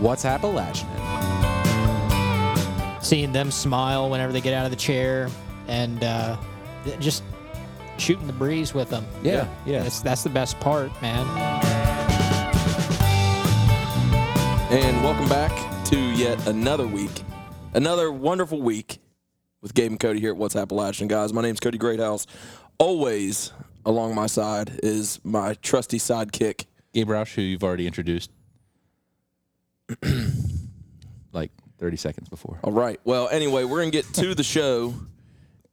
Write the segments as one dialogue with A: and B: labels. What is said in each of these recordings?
A: What's Appalachian?
B: Seeing them smile whenever they get out of the chair and uh, th- just shooting the breeze with them.
A: Yeah, yeah.
B: That's, that's the best part, man.
C: And welcome back to yet another week, another wonderful week with Gabe and Cody here at What's Appalachian, guys. My name's Cody Greathouse. Always along my side is my trusty sidekick.
D: Gabe Roush, who you've already introduced like 30 seconds before.
C: All right. Well, anyway, we're gonna get to the show,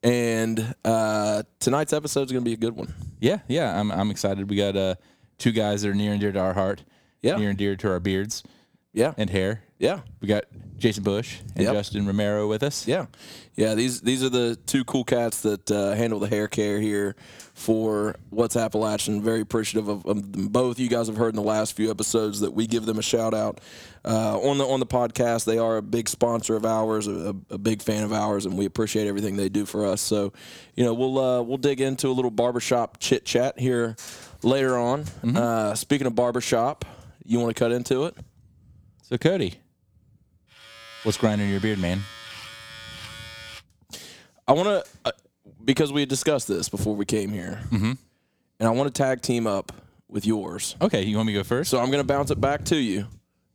C: and uh, tonight's episode is gonna be a good one.
D: Yeah, yeah, I'm, I'm excited. We got uh, two guys that are near and dear to our heart,
C: Yeah.
D: near and dear to our beards
C: Yeah.
D: and hair.
C: yeah.
D: We got Jason Bush and
C: Yep.
D: Justin Romero with us.
C: Yeah, yeah. These these are the two cool cats that uh, handle the hair care here for what's Appalachian. Very appreciative of, of them both. You guys have heard in the last few episodes that we give them a shout out uh, on the on the podcast. They are a big sponsor of ours, a, a big fan of ours, and we appreciate everything they do for us. So, you know, we'll uh, we'll dig into a little barbershop chit chat here later on. Uh, speaking of barbershop, you want to cut into it?
D: So, Cody, what's grinding your beard, man?
C: I want to, uh, because we had discussed this before we came here, mm-hmm. and I want to tag team up with yours.
D: Okay, you want me to go first?
C: So I'm going to bounce it back to you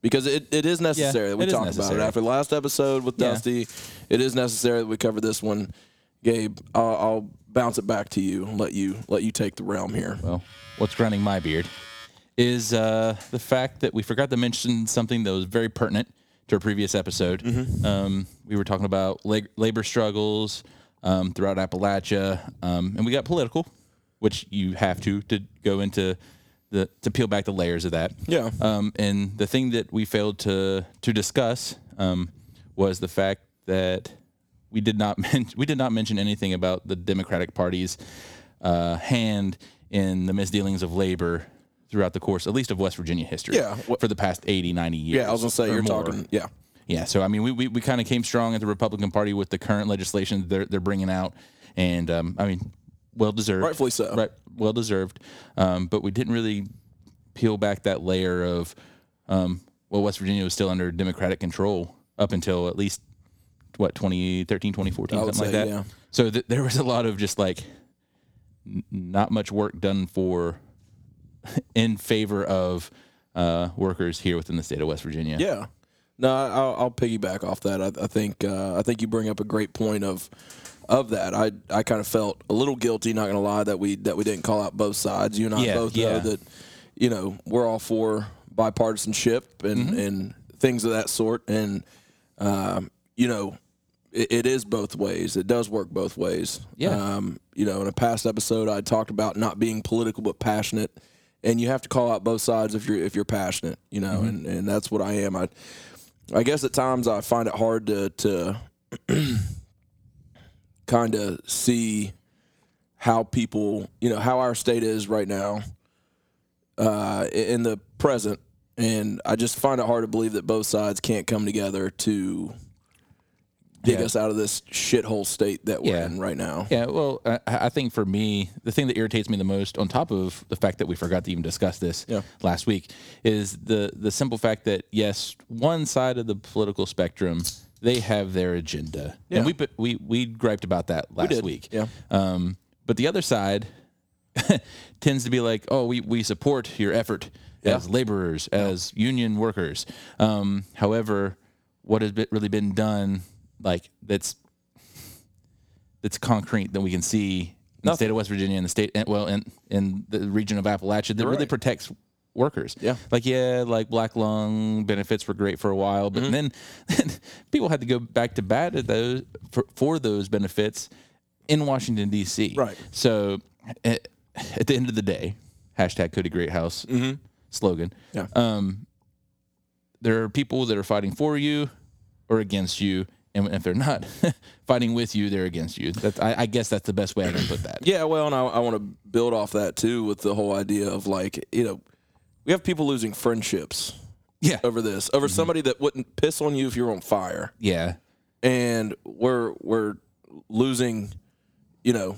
C: because it, it is necessary that we
D: it is
C: talk
D: necessary.
C: about it. After the last episode with
D: Yeah.
C: Dusty, it is necessary that we cover this one. Gabe, I'll, I'll bounce it back to you and let you, let you take the realm here.
D: Well, what's grinding my beard is uh, the fact that we forgot to mention something that was very pertinent to a previous episode. Um, we were talking about leg- labor struggles um, throughout Appalachia, um, and we got political, which you have to to go into the to peel back the layers of that.
C: Yeah.
D: Um, and the thing that we failed to to discuss um, was the fact that we did not men- we did not mention anything about the Democratic Party's uh, hand in the misdealings of labor throughout the course, at least of West Virginia history,
C: Yeah. Wh-
D: for the past 80, 90 years.
C: yeah, I was going to say,
D: or
C: you're
D: more.
C: talking. Yeah.
D: Yeah, so I mean, we, we, we kind of came strong at the Republican Party with the current legislation that they're, they're bringing out, and um, I mean, well deserved,
C: Rightfully so.
D: right? Well deserved, um, but we didn't really peel back that layer of, um, well, West Virginia was still under Democratic control up until at least what 2013, 2014,
C: I would
D: something like
C: say,
D: that.
C: yeah.
D: So th- there was a lot of just like n- not much work done for in favor of uh, workers here within the state of West Virginia.
C: Yeah. No, I- I'll, I'll piggyback off that. I, I think uh, I think you bring up a great point of of that. I, I kind of felt a little guilty, not gonna lie, that we that we didn't call out both sides. You and I
D: Yeah,
C: both
D: yeah.
C: know that you know we're all for bipartisanship and
D: Mm-hmm.
C: and things of that sort. And um, you know, it, it is both ways. It does work both ways.
D: Yeah.
C: Um, you know, in a past episode, I talked about not being political but passionate, and you have to call out both sides if you're if you're passionate. You know, and and that's what I am. I I guess at times I find it hard to to kind of see how people, you know, how our state is right now uh, i- in the present. And I just find it hard to believe that both sides can't come together to dig
D: Yeah.
C: us out of this shithole state that we're
D: Yeah.
C: in right now.
D: Yeah, well, I, I think for me, the thing that irritates me the most, on top of the fact that we forgot to even discuss this
C: Yeah.
D: last week, is the the simple fact that yes, one side of the political spectrum they have their agenda,
C: Yeah.
D: and we put- we we griped about that last
C: did,
D: week.
C: yeah.
D: Um, but the other side tends to be like, oh, we, we support your effort as laborers, as union workers. Um, however, what has been, really been done, like that's that's concrete that we can see in the state of West Virginia and the state, and, well, in in the region of Appalachia, that really
C: right.
D: protects workers.
C: Yeah.
D: like yeah, like black lung benefits were great for a while,
C: Mm-hmm.
D: but then people had to go back to bat at those for, for those benefits in Washington D.C.
C: Right.
D: So at, at the end of the day, hashtag Cody Greathouse slogan.
C: Mm-hmm. Yeah.
D: Um, there are people that are fighting for you or against you, and if they're not fighting with you, they're against you. That's, I, I guess that's the best way I can put that.
C: Yeah, well, and I, I want to build off that too with the whole idea of like, you know, we have people losing friendships
D: Yeah.
C: over this,
D: Mm-hmm.
C: over somebody that wouldn't piss on you if you were on fire.
D: Yeah.
C: and we're we're losing, you know,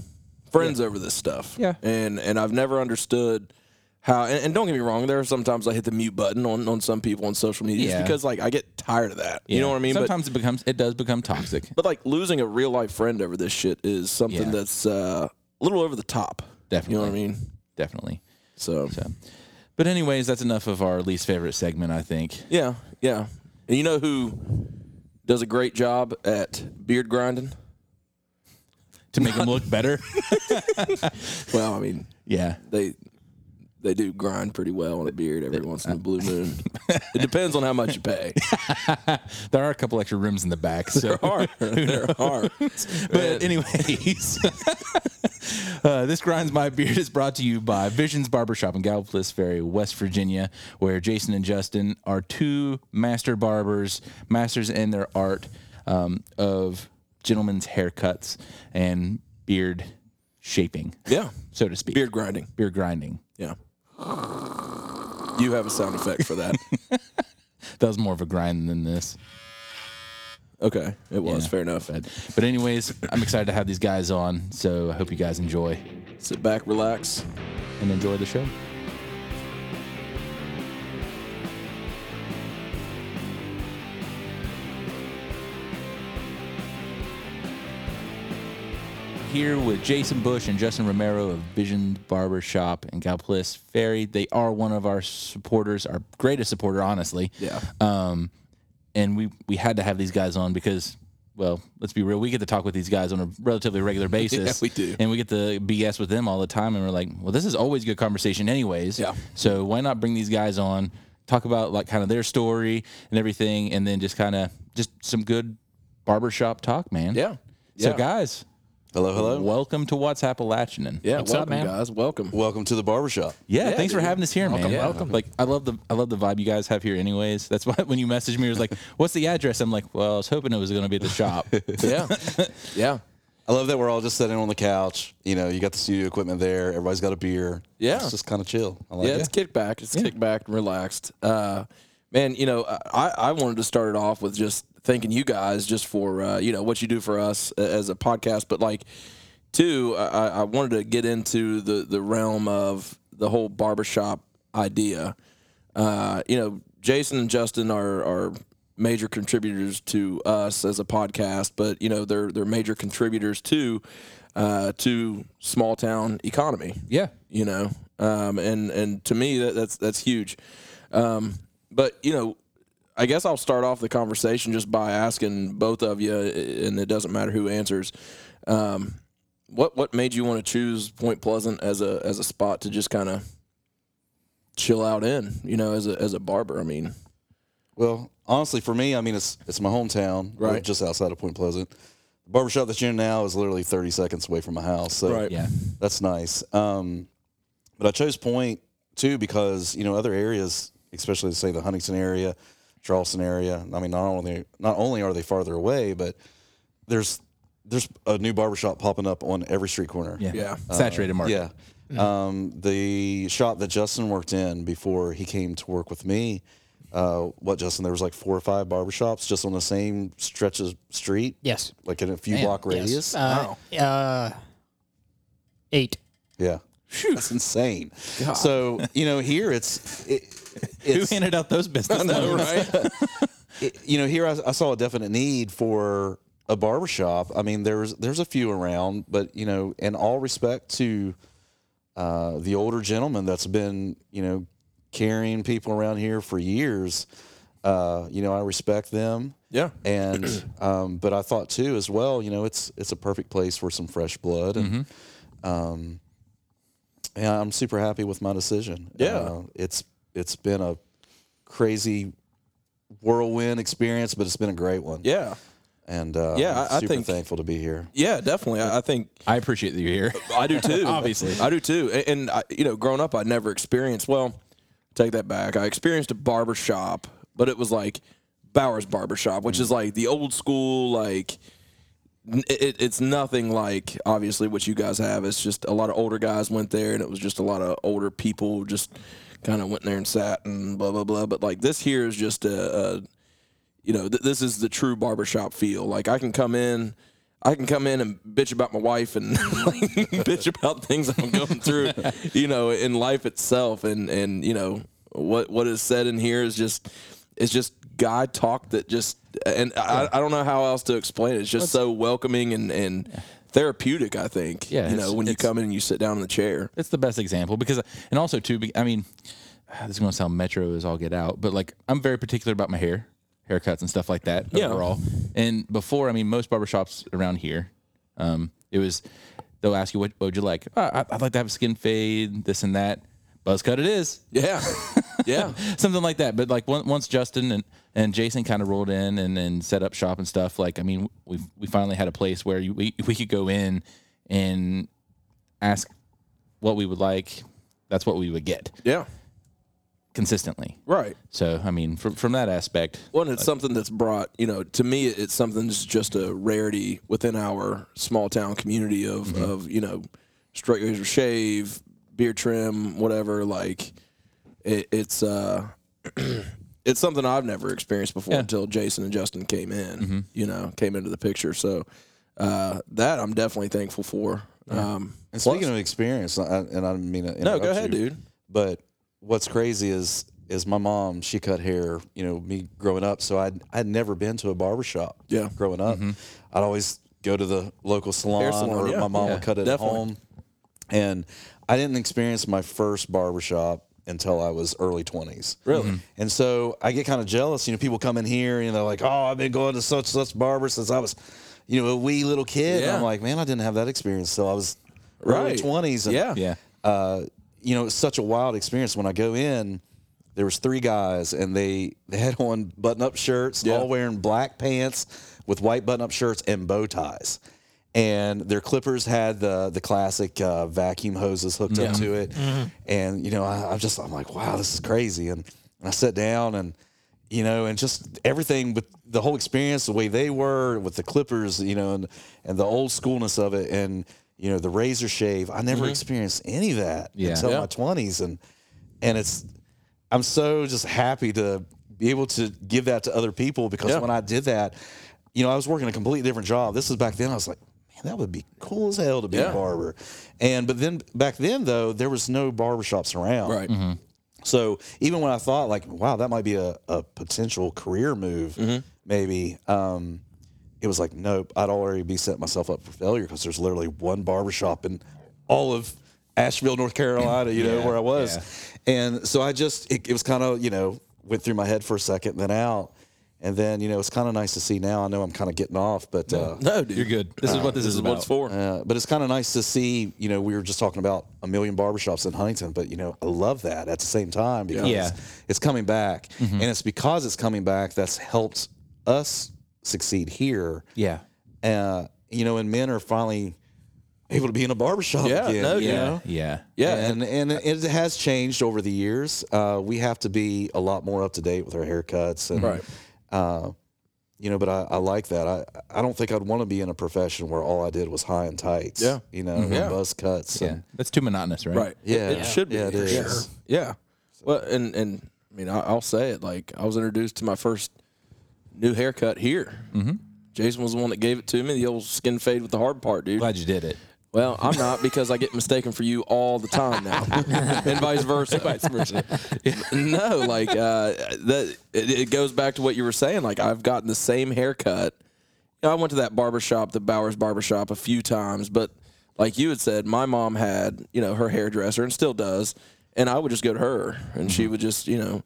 C: friends over this stuff.
D: Yeah.
C: And and I've never understood how and, and don't get me wrong, there are sometimes I hit the mute button on, on some people on social media just
D: Yeah.
C: because like I get tired of that. You know what I mean? But
D: Sometimes it becomes it does become toxic.
C: but like losing a real life friend over this shit is something
D: Yeah.
C: that's uh, a little over the top.
D: Definitely.
C: You know what I mean?
D: Definitely.
C: So,
D: So, but anyways, that's enough of our least favorite segment. I think.
C: yeah, yeah. And you know who does a great job at beard grinding?
D: to make them look better.
C: Well, I mean,
D: yeah.
C: they they do grind pretty well on a beard every once in a blue moon. it depends on how much you pay.
D: There are a couple extra rooms in the back. So,
C: There are. There are.
D: but anyways, uh, this grinds my beard is brought to you by Visions Barbershop in Galveston, Ferry, West Virginia, where Jason and Justin are two master barbers, masters in their art um, of gentlemen's haircuts and beard shaping,
C: Yeah.
D: so to speak.
C: Beard grinding.
D: beard grinding.
C: Yeah. You have a sound effect for that.
D: That was more of a grind than this.
C: Okay. It was.
D: Yeah.
C: Fair enough.
D: But, but anyways, I'm excited to have these guys on. So I hope you guys enjoy
C: Sit back, relax.
D: and enjoy the show. Here with Jason Bush and Justin Romero of Vision Barber Shop in Galplis Ferry. They are one of our supporters, our greatest supporter, honestly.
C: Yeah.
D: Um, and we we had to have these guys on because, well, let's be real, we get to talk with these guys on a relatively regular basis.
C: we do.
D: And we get to BS with them all the time, and we're like, well, this is always good conversation, anyways.
C: Yeah.
D: So why not bring these guys on, talk about like kind of their story and everything, and then just kind of just some good barbershop talk, man.
C: Yeah.
D: So
C: Yeah.
D: guys,
A: Hello, hello.
D: welcome to What's Appalachian.
C: Yeah.
B: What's up,
C: welcome,
B: man?
C: guys. Welcome.
A: Welcome to the barbershop.
D: Yeah,
C: Yeah,
D: thanks for
C: dude.
D: having us here, man.
C: Yeah. welcome.
D: Like, I love the I love the vibe you guys have here. Anyways, that's why when you messaged me, it was like, "What's the address?" I'm like, "Well, I was hoping it was going to be at the shop."
C: yeah. Yeah.
A: I love that we're all just sitting on the couch. You know, you got the studio equipment there. Everybody's got a beer.
C: Yeah.
A: It's just kind of chill. I like
C: Yeah. It's
A: it.
C: kicked back. It's kicked back and relaxed. Uh, man, you know, I, I wanted to start it off with just thanking you guys just for, uh, you know, what you do for us a- as a podcast. But like, two, I, I- I wanted to get into the, the realm of the whole barbershop idea. uh, you know, Jason and Justin are are major contributors to us as a podcast, but you know, they're they're major contributors to uh, to small town economy.
D: Yeah.
C: you know, um, and and to me that, that's that's huge. Um, but you know, I guess I'll start off the conversation just by asking both of you, and it doesn't matter who answers. Um, what what made you want to choose Point Pleasant as a as a spot to just kind of chill out in, you know, as a as a barber. I mean,
A: Well, honestly, for me, I mean, it's it's my hometown, I live
C: Right.
A: Just outside of Point Pleasant. The barbershop that you're in now is literally 30 seconds away from my house. So
C: Right.
D: yeah,
A: that's nice. Um, but I chose Point too because you know other areas, especially say the Huntington area, Charleston area. I mean, not only not only are they farther away, but there's there's a new barbershop popping up on every street corner.
D: yeah,
C: Yeah.
D: Saturated market.
A: Yeah. Um, the shop that Justin worked in before he came to work with me, uh, what Justin? There was like four or five barbershops just on the same stretch of street,
B: Yes.
A: like in a few
D: Man,
A: block radius.
B: Yes. Uh, uh, eight.
A: Yeah. That's insane. So, you know, here it's, it,
D: Who
A: it's
D: handed out those business numbers?
C: right?
A: it- you know, here I, I saw a definite need for a barbershop. I mean, there's, there's a few around, but, you know, in all respect to uh, the older gentleman that's been, you know, carrying people around here for years, uh, you know, I respect them.
C: yeah,
A: and um, but I thought too as well. You know, it's it's a perfect place for some fresh blood, and um,
C: Mm-hmm.
A: yeah, I'm super happy with my decision. Uh,
C: Yeah.
A: it's it's been a crazy whirlwind experience, but it's been a great one.
C: yeah,
A: and uh,
C: Yeah,
A: I'm
C: I- I
A: super
C: think-
A: thankful to be here.
C: yeah. Definitely, I, I think
D: I appreciate that you're here.
C: I do too.
D: Obviously.
C: I do too. A- And, I, you know, growing up, I never experienced. Well, take that back. I experienced a barber shop, but it was like Bowers Barber Shop, which is like the old school. Like, n- it, it's nothing like obviously what you guys have. It's just a lot of older guys went there, and it was just a lot of older people just kind of went there and sat and blah blah blah. But like this here is just a, a you know, th- this is the true barbershop feel. Like I can come in, I can come in and bitch about my wife and like, bitch about things I'm going through, you know, in life itself. And and you know what what is said in here is just it's just guy talk that just and I, I don't know how else to explain it. It's just so welcoming and and therapeutic. I think.
D: Yeah,
C: you
D: it's-
C: know when you
D: it's-
C: come in and you sit down in the chair.
D: It's the best example because, and also too, be- I mean, this is going to sound metro as all get out, but like I'm very particular about my hair, haircuts and stuff like that
C: Yeah.
D: overall. And before, I mean, most barbershops around here, um, it was they'll ask you what, what would you like? "Uh, I- I'd like to have a skin fade, this and that. Buzz cut it is
C: Yeah, yeah.
D: something like that. But like on- once Justin and, and Jason kind of rolled in and, and set up shop and stuff, like I mean, we we finally had a place where you, we we could go in and ask what we would like. That's what we would get
C: Yeah.
D: consistently.
C: Right.
D: So I mean, from from that aspect,
C: Well, and it's something that's brought, you know, to me, it's something that's just a rarity within our small town community of, of you know, straight razor shave, beard trim, whatever. Like, it, it's uh, it's something I've never experienced before until Jason and Justin came in, you know, came into the picture. So uh, that I'm definitely thankful for. Um,
A: And speaking of experience, I, and I didn't mean to
C: no,
A: interrupt
C: go ahead,
A: you,
C: dude.
A: But what's crazy is is my mom. She cut hair. You know, me growing up, so I'd I'd never been to a barber shop.
C: Yeah. Mm-hmm.
A: growing up, I'd always go to the local salon,
C: salon,
A: or
C: yeah.
A: my mom
D: Yeah,
A: would cut it
C: definitely.
A: at home. And I didn't experience my first barber shop until I was early twenties. Mm-hmm.
C: Really?
A: And so I get kind of jealous. You know, people come in here and they're like, "Oh, I've been going to such such barber since I was, you know, a wee little kid." And
C: Yeah.
A: I'm like, "Man, I didn't have that experience till I was early
C: Right.
A: twenties.
C: Yeah.
D: yeah,
A: Uh, you know, it's such a wild experience. When I go in, there was three guys, and they they had on button up shirts,
C: Yeah.
A: all wearing black pants with white button up shirts and bow ties. And their clippers had the the classic uh, vacuum hoses hooked up to it, and you know I, I'm just I'm like wow this is crazy, and, and I sat down and you know and just everything with the whole experience the way they were with the clippers you know and and the old schoolness of it and you know the razor shave I never experienced any of that
D: Yeah.
A: until
C: Yeah.
A: my 20s and and it's I'm so just happy to be able to give that to other people because
C: Yeah.
A: when I did that, you know, I was working a completely different job. This was back then. I was like, man, that would be cool as hell to be
C: Yeah.
A: a barber. And but then back then though, there was no barbershops around.
C: Right.
A: So even when I thought like, wow, that might be a, a potential career move, maybe, um, it was like, nope, I'd already be setting myself up for failure because there's literally one barbershop in all of Asheville, North Carolina, you know, where I was. And so I just, it, it was kind of, you know, went through my head for a second, then out. And then, you know, it's kind of nice to see now. I know I'm kind of getting off, but uh,
C: No, dude.
D: you're good. This is what this,
C: This
D: is
C: is
D: about.
C: what it's for.
A: uh, but it's kind of nice to see, you know, we were just talking about a million barbershops in Huntington, but, you know, I love that at the same time because
D: Yeah.
A: it's coming back. And it's because it's coming back that's helped us succeed here.
D: Yeah,
A: Uh, you know, and men are finally able to be in a barbershop
C: Yeah,
A: again.
C: no,
A: you
C: yeah.
A: know?
D: yeah,
C: Yeah.
A: And, and it has changed over the years. Uh, we have to be a lot more up to date with our haircuts and
C: Right.
A: you know, but I, I like that. I, I don't think I'd want to be in a profession where all I did was high and tights.
C: Yeah.
A: You know, and
C: Yeah.
A: buzz cuts.
D: yeah.
A: And,
D: That's too monotonous, right?
C: Right. It-
A: Yeah.
C: It, should be.
A: Yeah, it
C: for
A: is.
C: sure.
A: Sure.
C: Yeah. Well, and and I mean, I, I'll say it. Like I was introduced to my first new haircut here. Mm-hmm. Jason was the one that gave it to me. The old skin fade with the hard part, dude.
D: Glad you did it.
C: Well, I'm not because I get mistaken for you all the time now, and vice versa. Vice versa. no, like uh, that. It, it goes back to what you were saying. Like I've gotten the same haircut. You know, I went to that barber shop, the Bowers barber shop, a few times, but like you had said, my mom had you know her hairdresser and still does, and I would just go to her, and she would just you know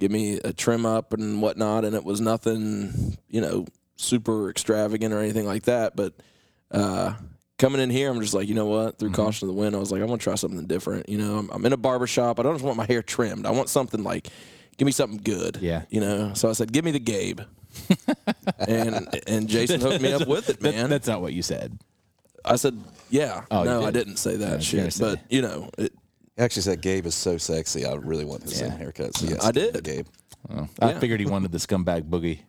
C: give me a trim up and whatnot, and it was nothing you know super extravagant or anything like that, but uh, coming in here, I'm just like, you know what? Through caution of the wind, I was like, I want to try something different. You know, I'm, I'm in a barber shop. I don't just want my hair trimmed. I want something like, give me something good.
D: Yeah.
C: You know. So I said, give me the Gabe. and and Jason hooked me up with it,
D: That-
C: man.
D: that's not what you said.
C: I said, yeah.
D: Oh, you
C: no, I
D: did.
C: didn't say that
D: was gonna
C: shit.
D: say.
C: But you know, it,
A: He actually said Gabe is so sexy. I really want his same haircut. So yes,
C: I did.
A: Gabe.
D: Oh, I
C: Yeah.
D: figured he wanted the scumbag boogie.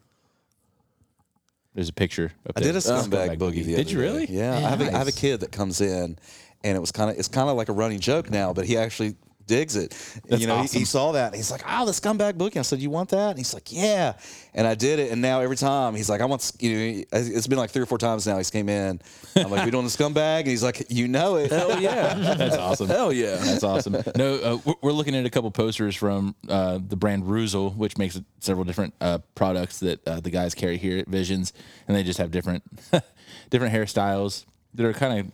D: There's a picture. up
A: I
D: there.
A: did a scumbag boogie.
D: Did
A: the other
D: you
A: day.
D: really?
A: Yeah, I, have a, I have a kid that comes in, and it was kind of it's kind of like a running joke now. But he actually digs it.
D: That's
A: you know, he,
D: awesome.
A: he saw that. And he's like, "Oh, the scumbag booking." I said, "You want that?" And he's like, "Yeah." And I did it. And now every time he's like, "I want." sc- You know, it's been like three or four times now. He's came in. I'm like, "We doing the scumbag?" And he's like, "You know it."
D: Oh,
C: Hell yeah.
D: That's awesome.
C: Hell yeah.
D: That's awesome. No, uh, we're- we're looking at a couple posters from uh, the brand Ruzel, which makes several different uh, products that uh, the guys carry here at Visions, and they just have different different hairstyles that are kind of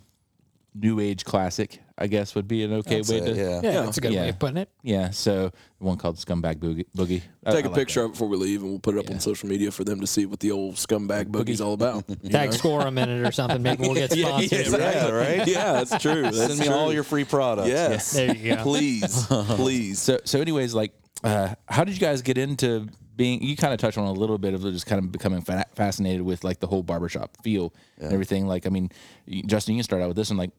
D: new age classic. I guess would be an okay way
A: So,
D: to
A: yeah.
B: Yeah, that's a good
D: Yeah.
B: way of putting it.
D: Yeah, So one called Scumbag Boogie. Boogie. I-
C: Take
D: I
C: a
D: like
C: picture of it before we leave, and we'll put it up on social media for them to see what the old scumbag boogie's all about. you
B: Tag
C: know?
B: score a minute or something. Maybe we'll get sponsored.
A: Yeah, right.
C: Yeah, that's true. That's
A: Send me all
C: true.
A: your free products.
C: Yes.
B: There you go.
C: Please. Please.
D: So, so anyways, like, uh, how did you guys get into being? You kind of touched on a little bit of just kind of becoming fa- fascinated with like the whole barbershop feel and everything. Like, I mean, you- Justin, you can start out with this one. Like,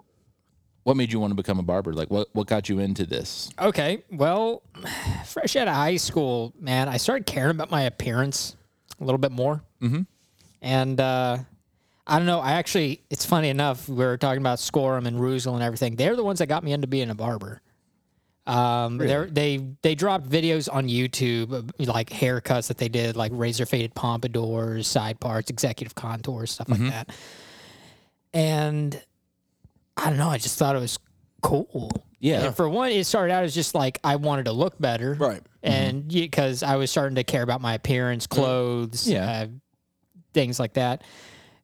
D: what made you want to become a barber? Like, what what got you into this?
B: Okay. Well, fresh out of high school, man, I started caring about my appearance a little bit more. Mm-hmm. And uh, I don't know. I actually, it's funny enough, we were talking about Scorum and Ruzel and everything. They're the ones that got me into being a barber. Um, they're- they they dropped videos on YouTube, of, like haircuts that they did, like razor faded pompadours, side parts, executive contours, stuff like that. And I don't know. I just thought it was cool.
D: Yeah.
B: And for one, it started out as just like I wanted to look better,
C: Right.
B: And because I was starting to care about my appearance, clothes,
D: Mm-hmm. Yeah.
B: uh, things like that.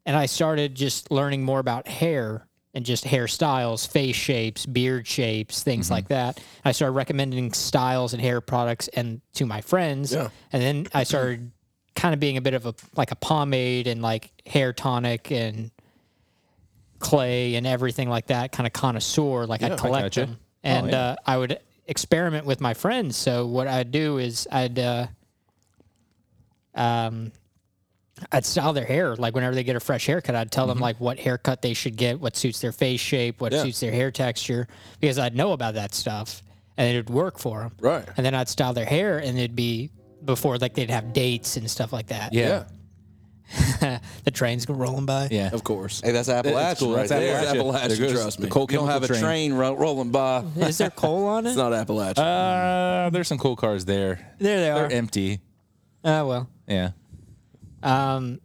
B: And I started just learning more about hair and just hairstyles, face shapes, beard shapes, things
D: Mm-hmm.
B: like that. I started recommending styles and hair products and to my friends.
C: Yeah.
B: And then I started kind of being a bit of a like a pomade and like hair tonic and clay and everything like that kind of connoisseur. Like I'd collect
D: gotcha. Oh,
B: them and
D: yeah.
B: uh, I would experiment with my friends. So what I'd do is I'd uh, um, I'd style their hair. Like whenever they get a fresh haircut, I'd tell them like what haircut they should get, what suits their face shape, what
C: Mm-hmm. Yeah.
B: suits their hair texture, because I'd know about that stuff and it would work for them.
C: Right.
B: And then I'd style their hair, and it'd be before like they'd have dates and stuff like that.
D: Yeah.
B: the trains go rolling by.
D: Yeah.
C: Of course.
A: Hey, that's Appalachian
D: cool.
A: right
D: That's
A: there.
D: Appalachian.
C: Appalachian,
D: There goes
C: trust me.
D: the coal
A: You don't have a
D: chemical
A: train, ro- rolling by.
C: Mm-hmm.
B: Is there coal on it?
C: It's not Appalachian.
D: Uh, there's some cool cars there.
B: there they
D: They're
B: are.
D: empty.
B: Oh well.
D: Yeah.
B: Um,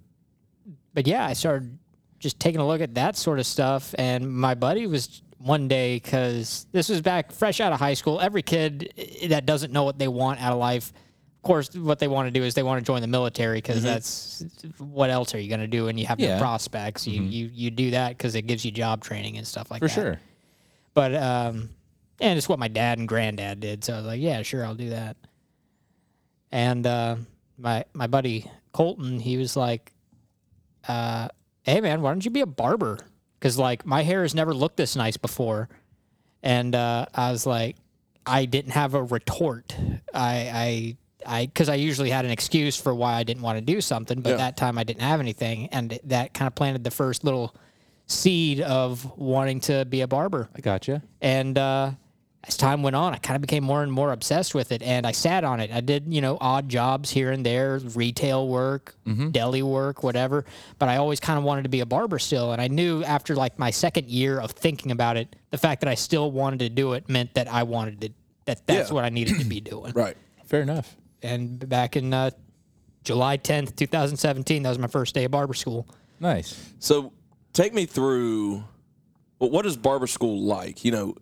B: but yeah, I started just taking a look at that sort of stuff. And my buddy was one day, because this was back fresh out of high school. Every kid i- that doesn't know what they want out of life, of course, what they want to do is they want to join the military because that's what else are you going to do? And you have
D: Mm-hmm. Yeah. Mm-hmm.
B: no prospects. You, you, you do that because it gives you job training and stuff like
D: For
B: that.
D: sure.
B: But, um, and it's what my dad and granddad did. So I was like, yeah, sure, I'll do that. And uh, my my buddy Colton, he was like, uh, "Hey man, why don't you be a barber? Because like my hair has never looked this nice before." And uh, I was like, I didn't have a retort. I I I because I usually had an excuse for why I didn't want to do something, but
C: Yeah.
B: that time I didn't have anything, and that kind of planted the first little seed of wanting to be a barber
D: I gotcha.
B: and uh, as time went on, I kind of became more and more obsessed with it, and I sat on it. I did, you know, odd jobs here and there, retail work,
C: Mm-hmm.
B: deli work, whatever. But I always kind of wanted to be a barber still, and I knew after like my second year of thinking about it, the fact that I still wanted to do it meant that I wanted to. That that's
C: Yeah.
B: what I needed to be doing.
C: right.
D: Fair enough.
B: And back in uh, July tenth, two thousand seventeen, that was my first day of barber school.
D: Nice.
C: So take me through well, what is barber school like? You know,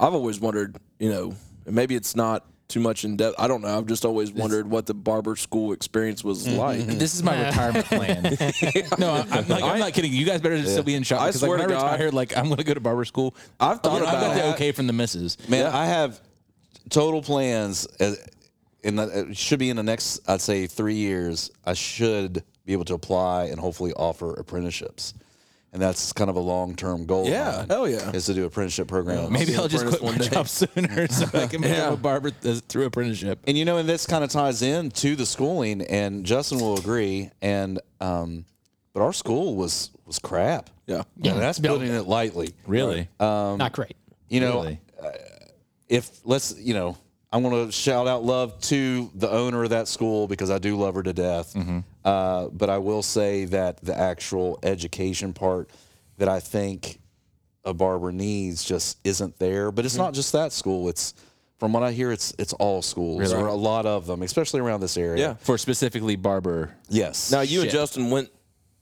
C: I've always wondered, you know, and maybe it's not too much in depth. I don't know. I've just always wondered what the barber school experience was
D: Mm-hmm.
C: like.
D: This is my retirement plan. no, I- I'm, like, I'm not kidding. You guys better still be in shock.
C: I
D: 'cause, like,
C: swear
D: when
C: to
D: I
C: God.
D: retired, like I'm going to go to barber school.
C: I've thought
D: You know, I
C: about
D: got the
C: it.
D: okay from the missus.
A: Man, I have total plans, uh, in the, it should be in the next, I'd say, three years. I should be able to apply and hopefully offer apprenticeships, and that's kind of a long term goal. of
C: Yeah.
A: mine,
C: Hell yeah.
A: is to do apprenticeship programs.
D: Maybe I'll just
C: apprentice
D: quit my
C: one day.
D: job sooner so I can become
C: Yeah.
D: a barber th- through apprenticeship.
A: And you know, and this kind of ties in to the schooling, and Justin will agree. And um, but our school was was crap.
C: Yeah.
A: Yeah, that's building it lightly.
D: Really?
C: Uh, Um,
B: Not great.
A: You know,
D: really?
A: if let's you know i want to shout out love to the owner of that school because i do love her to death
C: Mm-hmm.
A: uh, but i will say that the actual education part that
C: Mm-hmm.
A: i think a barber needs just isn't there but it's not just that school it's From what I hear, it's it's all schools or a lot of them, especially around this area.
C: Yeah.
D: for specifically barber.
A: Yes.
C: Now you and
D: Shit.
C: Justin went.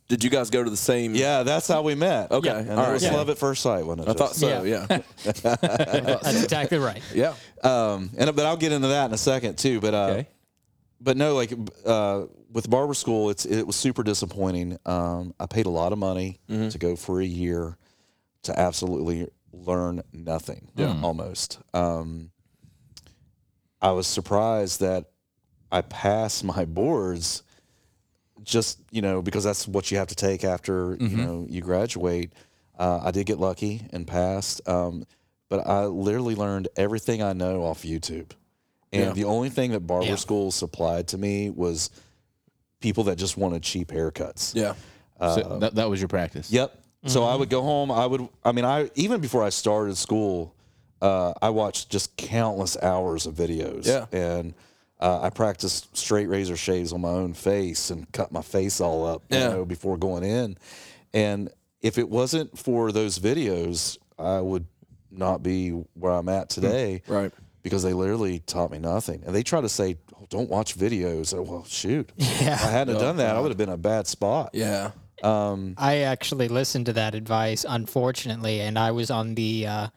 C: Did you guys go to the same?
A: yeah, that's how we met.
C: Okay.
A: And
C: All
A: it
C: right.
A: was
C: Yeah.
A: love at first sight. When
C: I
A: I
C: thought so. Yeah. Yeah. uh,
B: That's exactly right.
C: yeah.
A: Um, and but I'll get into that in a second too. But uh,
D: Okay.
A: but no, like uh, with barber school, it's it was super disappointing. Um, I paid a lot of money
C: Mm-hmm.
A: to go for a year to absolutely learn nothing. Yeah, almost. Um, I was surprised that I passed my boards. Just you know, because that's what you have to take after you know you graduate. Uh, I did get lucky and passed, um, but I literally learned everything I know off YouTube. And the only thing that barber
B: Yeah.
A: school supplied to me was people that just wanted cheap haircuts.
C: Yeah. uh,
D: so that, that was your practice.
A: Yep. So
C: Mm-hmm.
A: I would go home. I would. I mean, I even before I started school, uh, I watched just countless hours of videos.
C: Yeah.
A: And uh, I practiced straight razor shaves on my own face and cut my face all up. You
C: Yeah.
A: know, before going in, and if it wasn't for those videos, I would not be where I'm at today.
C: Hmm. Right.
A: Because they literally taught me nothing, and they try to say, oh, "Don't watch videos." Oh, well, shoot. Yeah. If I hadn't have done that, I would have been in a bad spot.
C: Yeah.
B: I actually listened to that advice, unfortunately, and I was on the uh,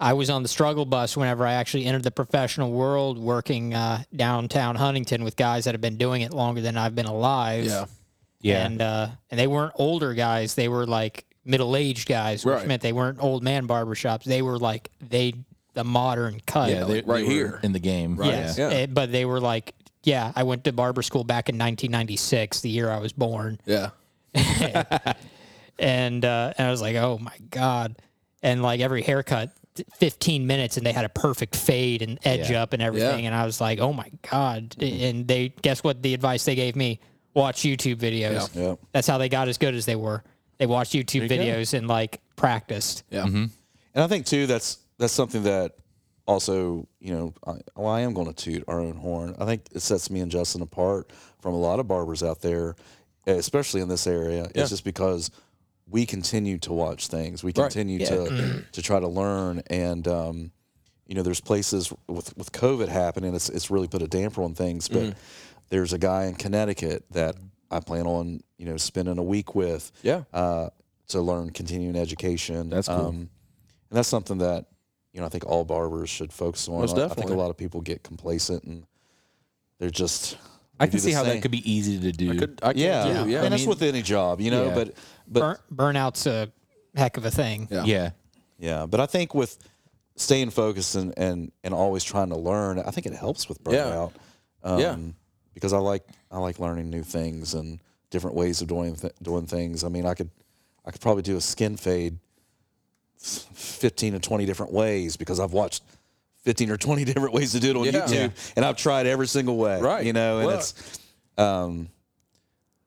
B: I was on the struggle bus whenever I actually entered the professional world, working uh, downtown Huntington with guys that have been doing it longer than I've been alive.
C: Yeah.
D: Yeah.
B: and uh, and they weren't older guys; they were like middle aged guys, which
C: Right.
B: meant they weren't old man barbershops. They were like they the modern cut.
D: Yeah, they,
C: right
D: they were
C: here.
D: in the game.
B: yes,
C: Yeah.
B: Eh, but they were like. Yeah, I went to barber school back in 1996, the year I was born
C: Yeah.
B: and uh, and I was like, oh my god, and like every haircut, t- fifteen minutes, and they had a perfect fade and edge up and everything, and I was like, oh my god, and they guess what the advice they gave me? Watch YouTube videos.
A: Yeah. Yep.
B: That's how they got as good as they were. They watched YouTube videos and like practiced.
C: Yeah.
A: And I think too that's that's something that also you know I, well I am going to toot our own horn. I think it sets me and Justin apart from a lot of barbers out there, especially in this area. It's just because we continue to watch things. We continue to to try to learn and. Um, you know, there's places with with COVID happening, it's it's really put a damper on things. But there's a guy in Connecticut that I plan on, you know, spending a week with.
C: Yeah.
A: Uh, to learn continuing education. Um,
D: That's cool.
A: and that's something that you know I think all barbers should focus on.
C: Most
A: I- I
C: definitely.
A: think a lot of people get complacent and they're just.
D: I
A: they
D: can
A: do
D: see
A: the
D: how
A: same.
D: that could be easy to do.
C: Could, I can
A: Yeah,
C: do,
A: yeah.
C: Yeah.
A: And that's
D: mean-
A: with any job, you know.
D: Yeah.
A: But but
B: Burn, burnout's a heck of a thing.
C: Yeah.
D: yeah.
A: Yeah, but I think with staying focused and and, and always trying to learn, I think it helps with burnout. Um,
C: Yeah.
A: because I like I like learning new things and different ways of doing th- doing things. I mean, I could I could probably do a skin fade fifteen to twenty different ways because I've watched. 15 or 20 different ways to do it on
C: Yeah.
A: YouTube
C: Yeah.
A: and I've tried every single way
C: Right.
A: you know and
C: Well-
A: it's um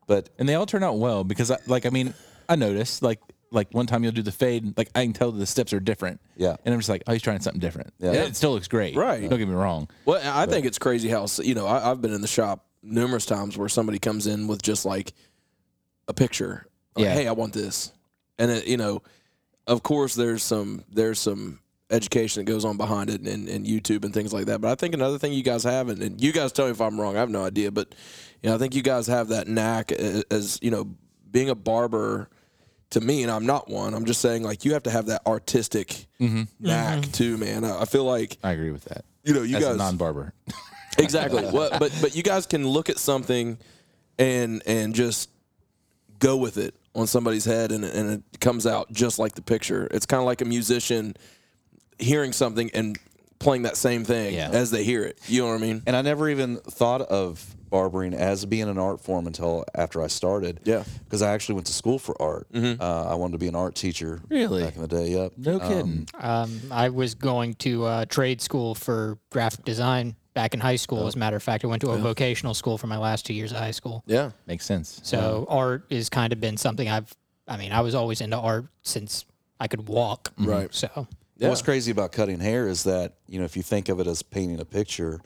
A: but
D: and they all turn out well because I, like I mean I noticed like like one time you'll do the fade and, like I can tell that the steps are different
A: Yeah.
D: and I'm just like oh he's trying something different
A: Yeah.
D: it still looks great
C: Right.
D: don't get me wrong
C: Well, I think it's crazy how s- you know I, I've been in the shop numerous times where somebody comes in with just like a picture. Like,
D: Yeah.
C: Hey, I want this, and it, you know, of course, there's some there's some education that goes on behind it, and, and YouTube and things like that. But I think another thing you guys have, and, and you guys tell me if I'm wrong. I have no idea, but you know, I think you guys have that knack a- as you know being a barber. To me, and I'm not one. I'm just saying, like you have to have that artistic knack too, man. I, I feel like
D: I agree with that
C: you know you
D: as
C: guys
D: a non barber
C: Exactly. what, but but you guys can look at something and and just go with it on somebody's head and and it comes out just like the picture. It's kind of like a musician hearing something and playing that same thing
D: Yeah.
C: as they hear it. You know what I mean?
A: and I never even thought of barbering as being an art form until after I started.
C: Yeah.
A: because I actually went to school for art. Uh, I wanted to be an art teacher.
D: Really?
A: back in the day. Yep.
D: no kidding
B: Um, I was going to uh, trade school for graphic design back in high school. As a matter of fact, I went to a vocational school for my last two years of high school.
C: Yeah.
D: makes sense
B: So art has kind of been something I've. I mean, I was always into art since I could walk.
C: Right.
B: So
A: What's crazy about cutting hair is that you know if you think of it as painting a picture,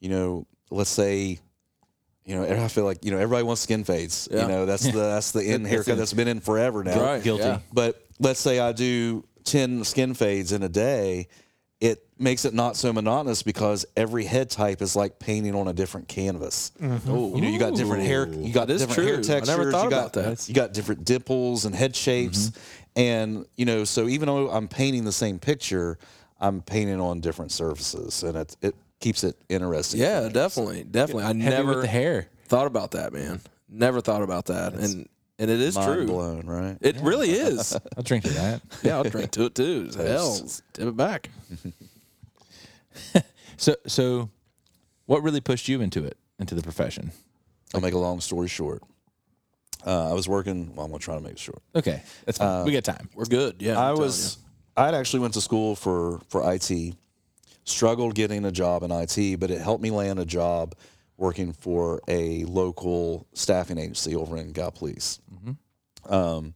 A: you know, let's say. You know, I feel like you know everybody wants skin fades. You know, that's the that's the in haircut that's been in forever now.
C: Right.
D: guilty
C: Yeah.
A: But let's say I do 10 skin fades in a day. it makes it not so monotonous because every head type is like painting on a different canvas. You know, you got different hair, you got
C: That is
A: different hair
C: true. I never
A: textures,
C: thought
A: you
C: about
A: got
C: that.
A: you got different dimples and head shapes, and you know, so even though I'm painting the same picture, I'm painting on different surfaces, and it it keeps it interesting.
C: Yeah, definitely, definitely. I
D: Heavy
C: never
D: with the hair.
C: thought about that, man. Never thought about that, and and it is
A: mind
C: true.
A: blown, right?
C: It really is.
D: I'll drink to that.
C: yeah, I'll drink to it too. Hell, tip it back.
D: So so, what really pushed you into it, into the profession?
A: I'll make a long story short. Uh, I was working. Well, I'm gonna try to make it short.
D: Okay, that's fine.
C: Uh,
D: we got time.
C: We're good. Yeah,
A: I
C: I'm telling
A: was I'd actually went to school for for IT, struggled getting a job in IT, but it helped me land a job working for a local staffing agency over in Galplies. Um,
C: Mm-hmm.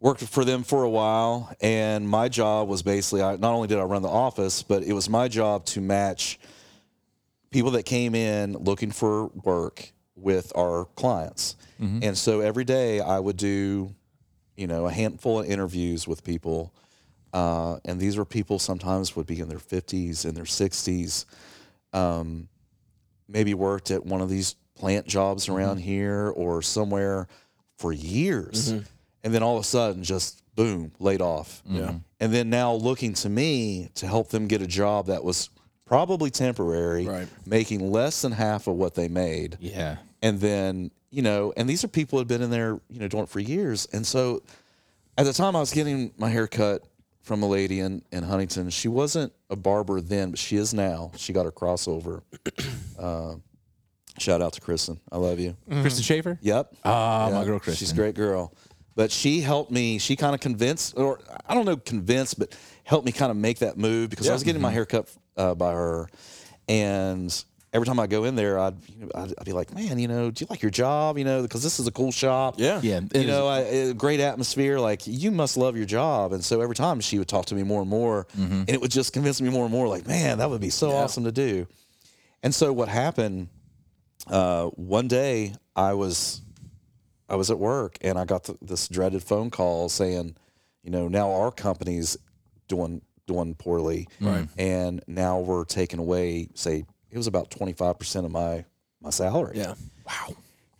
A: worked for them for a while, and my job was basically I, not only did I run the office, but it was my job to match people that came in looking for work with our clients.
C: Mm-hmm.
A: And so every day I would do you know, a handful of interviews with people. Uh, and these were people sometimes would be in their 50s, in their 60s, um, maybe worked at one of these plant jobs around here or somewhere for years. And then all of a sudden, just boom, laid off. Yeah. And then now looking to me to help them get a job that was probably temporary,
C: Right.
A: making less than half of what they made
D: Yeah,
A: and then you know and these are people who had been in there you know doing it for years and so at the time i was getting my hair cut from a lady in, in huntington she wasn't a barber then but she is now she got her crossover uh, shout out to kristen i love you
D: Kristen
C: Mm-hmm.
D: Schaefer.
A: yep
D: Ah,
A: yeah,
D: my girl Kristen.
A: She's a great girl. But she helped me. She kind of convinced, or I don't know, convinced, but helped me kind of make that move because I was getting my
D: Mm-hmm.
A: hair cut uh, by her. And every time I go in there, I'd, you know, I'd, I'd be like, man, you know, do you like your job? You know, because this is a cool shop.
C: Yeah.
D: Yeah, it
A: You
D: is-
A: know, I, it, great atmosphere. Like, you must love your job. And so every time she would talk to me more and more,
D: Mm-hmm.
A: and it would just convince me more and more, like, man, that would be so awesome to do. And so what happened uh, one day I was I was at work and I got th- this dreaded phone call saying, you know, now our company's doing doing poorly, right? And now we're taking away, say, it was about twenty five percent of my my salary.
C: you. yeah.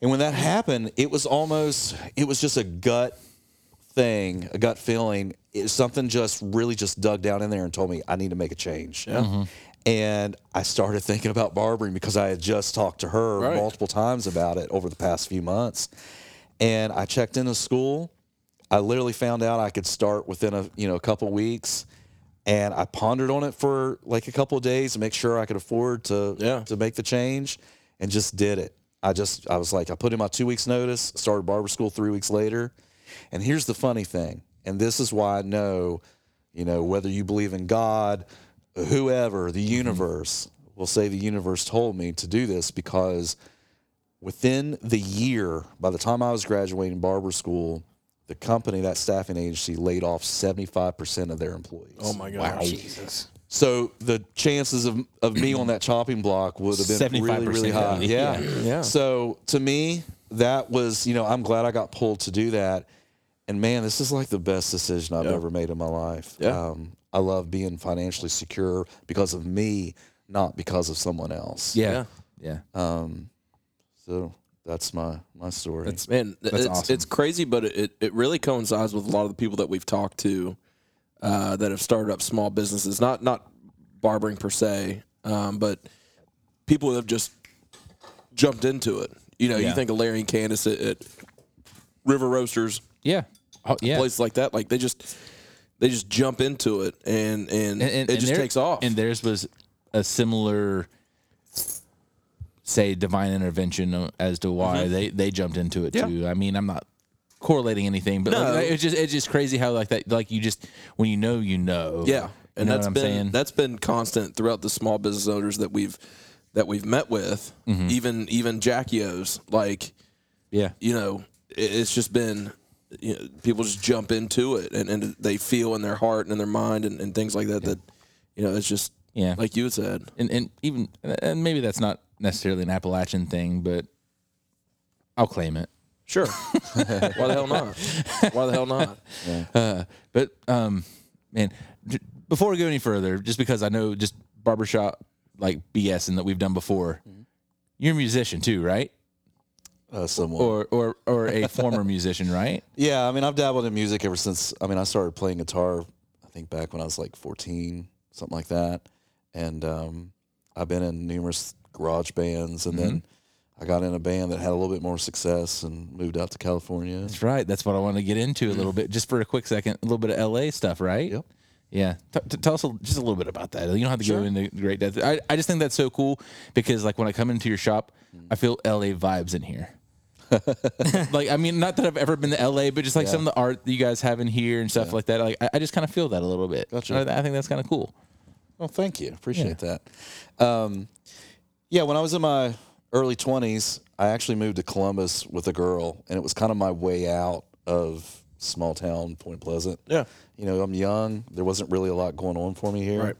A: And when that happened, it was almost it was just a gut thing, a gut feeling. It, something just really just dug down in there and told me I need to make a change. And I started thinking about barbering because I had just talked to her
C: Right.
A: multiple times about it over the past few months. And I checked into school. I literally found out I could start within a you know a couple weeks. And I pondered on it for like a couple of days to make sure I could afford to
C: Yeah.
A: to make the change and just did it. I just I was like I put in my 2 weeks notice, started barber school 3 weeks later. And here's the funny thing. And this is why I know, you know, whether you believe in God, whoever, the universe, will say the universe told me to do this because within the year, by the time I was graduating barber school, the company, that staffing agency, laid off 75% of their employees.
C: Oh my god.
B: Jesus.
A: So the chances of, of me on that chopping block would have been really, really
D: 75%,
A: high.
D: yeah.
A: Yeah. So to me, that was, you know, I'm glad I got pulled to do that. And man, this is like the best decision I've ever made in my life.
C: Yeah.
A: Um, I love being financially secure because of me, not because of someone else.
D: Yeah, yeah.
C: Uh,
A: So that's my, my story.
C: It's man, it's
D: awesome.
C: it's crazy, but it, it really coincides with a lot of the people that we've talked to uh, that have started up small businesses. Not not barbering per se, um, but people that have just jumped into it. You know,
D: Yeah.
C: you think of Larry and Candace at, at River Roasters,
D: yeah. Oh, yeah.
C: places like that. Like they just they just jump into it, and and,
D: and, and-
C: it
D: and
C: just
D: there-
C: takes off.
D: And theirs was a similar, say, divine intervention as to why
C: Mm-hmm.
D: they they jumped into it too. I mean, I'm not correlating anything, but
C: No.
D: like, it's just it's just crazy how like that like you just when you know you know.
C: Yeah, and
D: and know
C: that's
D: what I'm
C: been
D: saying.
C: that's been constant throughout the small business owners that we've that we've met with.
D: Mm-hmm.
C: Even even Jackios, like
D: yeah,
C: you know, it, it's just been you know, people just jump into it and, and they feel in their heart and in their mind and, and things like that that you know it's just
D: Yeah.
C: like you had said
D: and and even and maybe that's not necessarily an Appalachian thing, but I'll claim it.
C: sure why the hell not why the hell not
D: But um, man, d- before we go any further, just because I know just barbershop like BS and that we've done before, you're a musician too, right?
A: uh, someone.
D: Or or or a former musician, right?
A: yeah, I mean, I've dabbled in music ever since. I mean, I started playing guitar, I think back when I was like 14, something like that. And um, I've been in numerous garage bands, and then I got in a band that had a little bit more success and moved out to California.
D: That's right. That's what I want to get into a little bit, just for a quick second, a little bit of LA stuff, right?
A: Yep.
D: Yeah. T- t- tell us a, just a little bit about that. You don't have to go into great depth. I, I just think that's so cool because, like, when I come into your shop, I feel LA vibes in here. like, I mean, not that I've ever been to LA, but just like some of the art that you guys have in here and stuff like that. Like, I, I just kind of feel that a little bit.
A: Gotcha.
D: I, I think that's kind of cool.
A: Well, thank you. Appreciate that. Um, yeah, when I was in my early 20s, I actually moved to Columbus with a girl, and it was kind of my way out of small town Point Pleasant.
C: Yeah.
A: You know, I'm young. There wasn't really a lot going on for me here.
C: Right.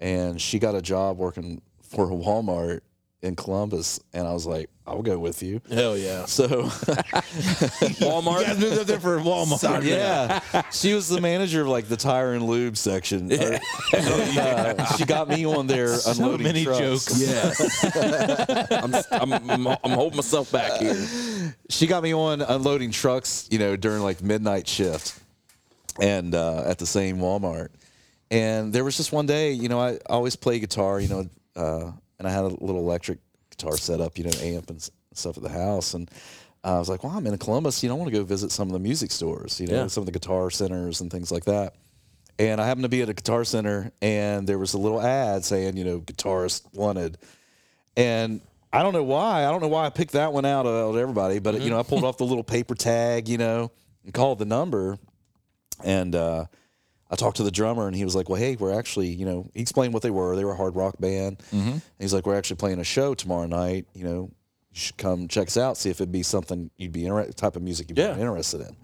A: And she got a job working for Walmart in Columbus, and I was like, I'll go with you.
C: Hell yeah.
A: So
C: Walmart.
D: up there for Walmart.
A: yeah, she was the manager of like the tire and lube section. And, uh, she got me on there
D: So
A: unloading
D: many
A: trucks.
D: jokes.
C: Yeah. I'm, I'm, I'm, I'm holding myself back here.
A: she got me on unloading trucks, you know, during like midnight shift and uh, at the same Walmart. And there was just one day, you know, I always play guitar, you know, uh, and I had a little electric guitar set up, you know, amp and s- stuff at the house. And I was like, well, I'm in Columbus, you know, I want to go visit some of the music stores, you know,
C: Yeah.
A: some of the guitar centers and things like that. And I happened to be at a guitar center and there was a little ad saying, you know, guitarist wanted and I don't know why. I don't know why I picked that one out of everybody, but you know, I pulled off the little paper tag, you know, and called the number, and uh, I talked to the drummer, and he was like, "Well, hey, we're actually, you know," he explained what they were. They were a hard rock band. And he's like, "We're actually playing a show tomorrow night. You know, you should come check us out, see if it'd be something you'd be inter- type of music you'd
C: Yeah.
A: be interested in."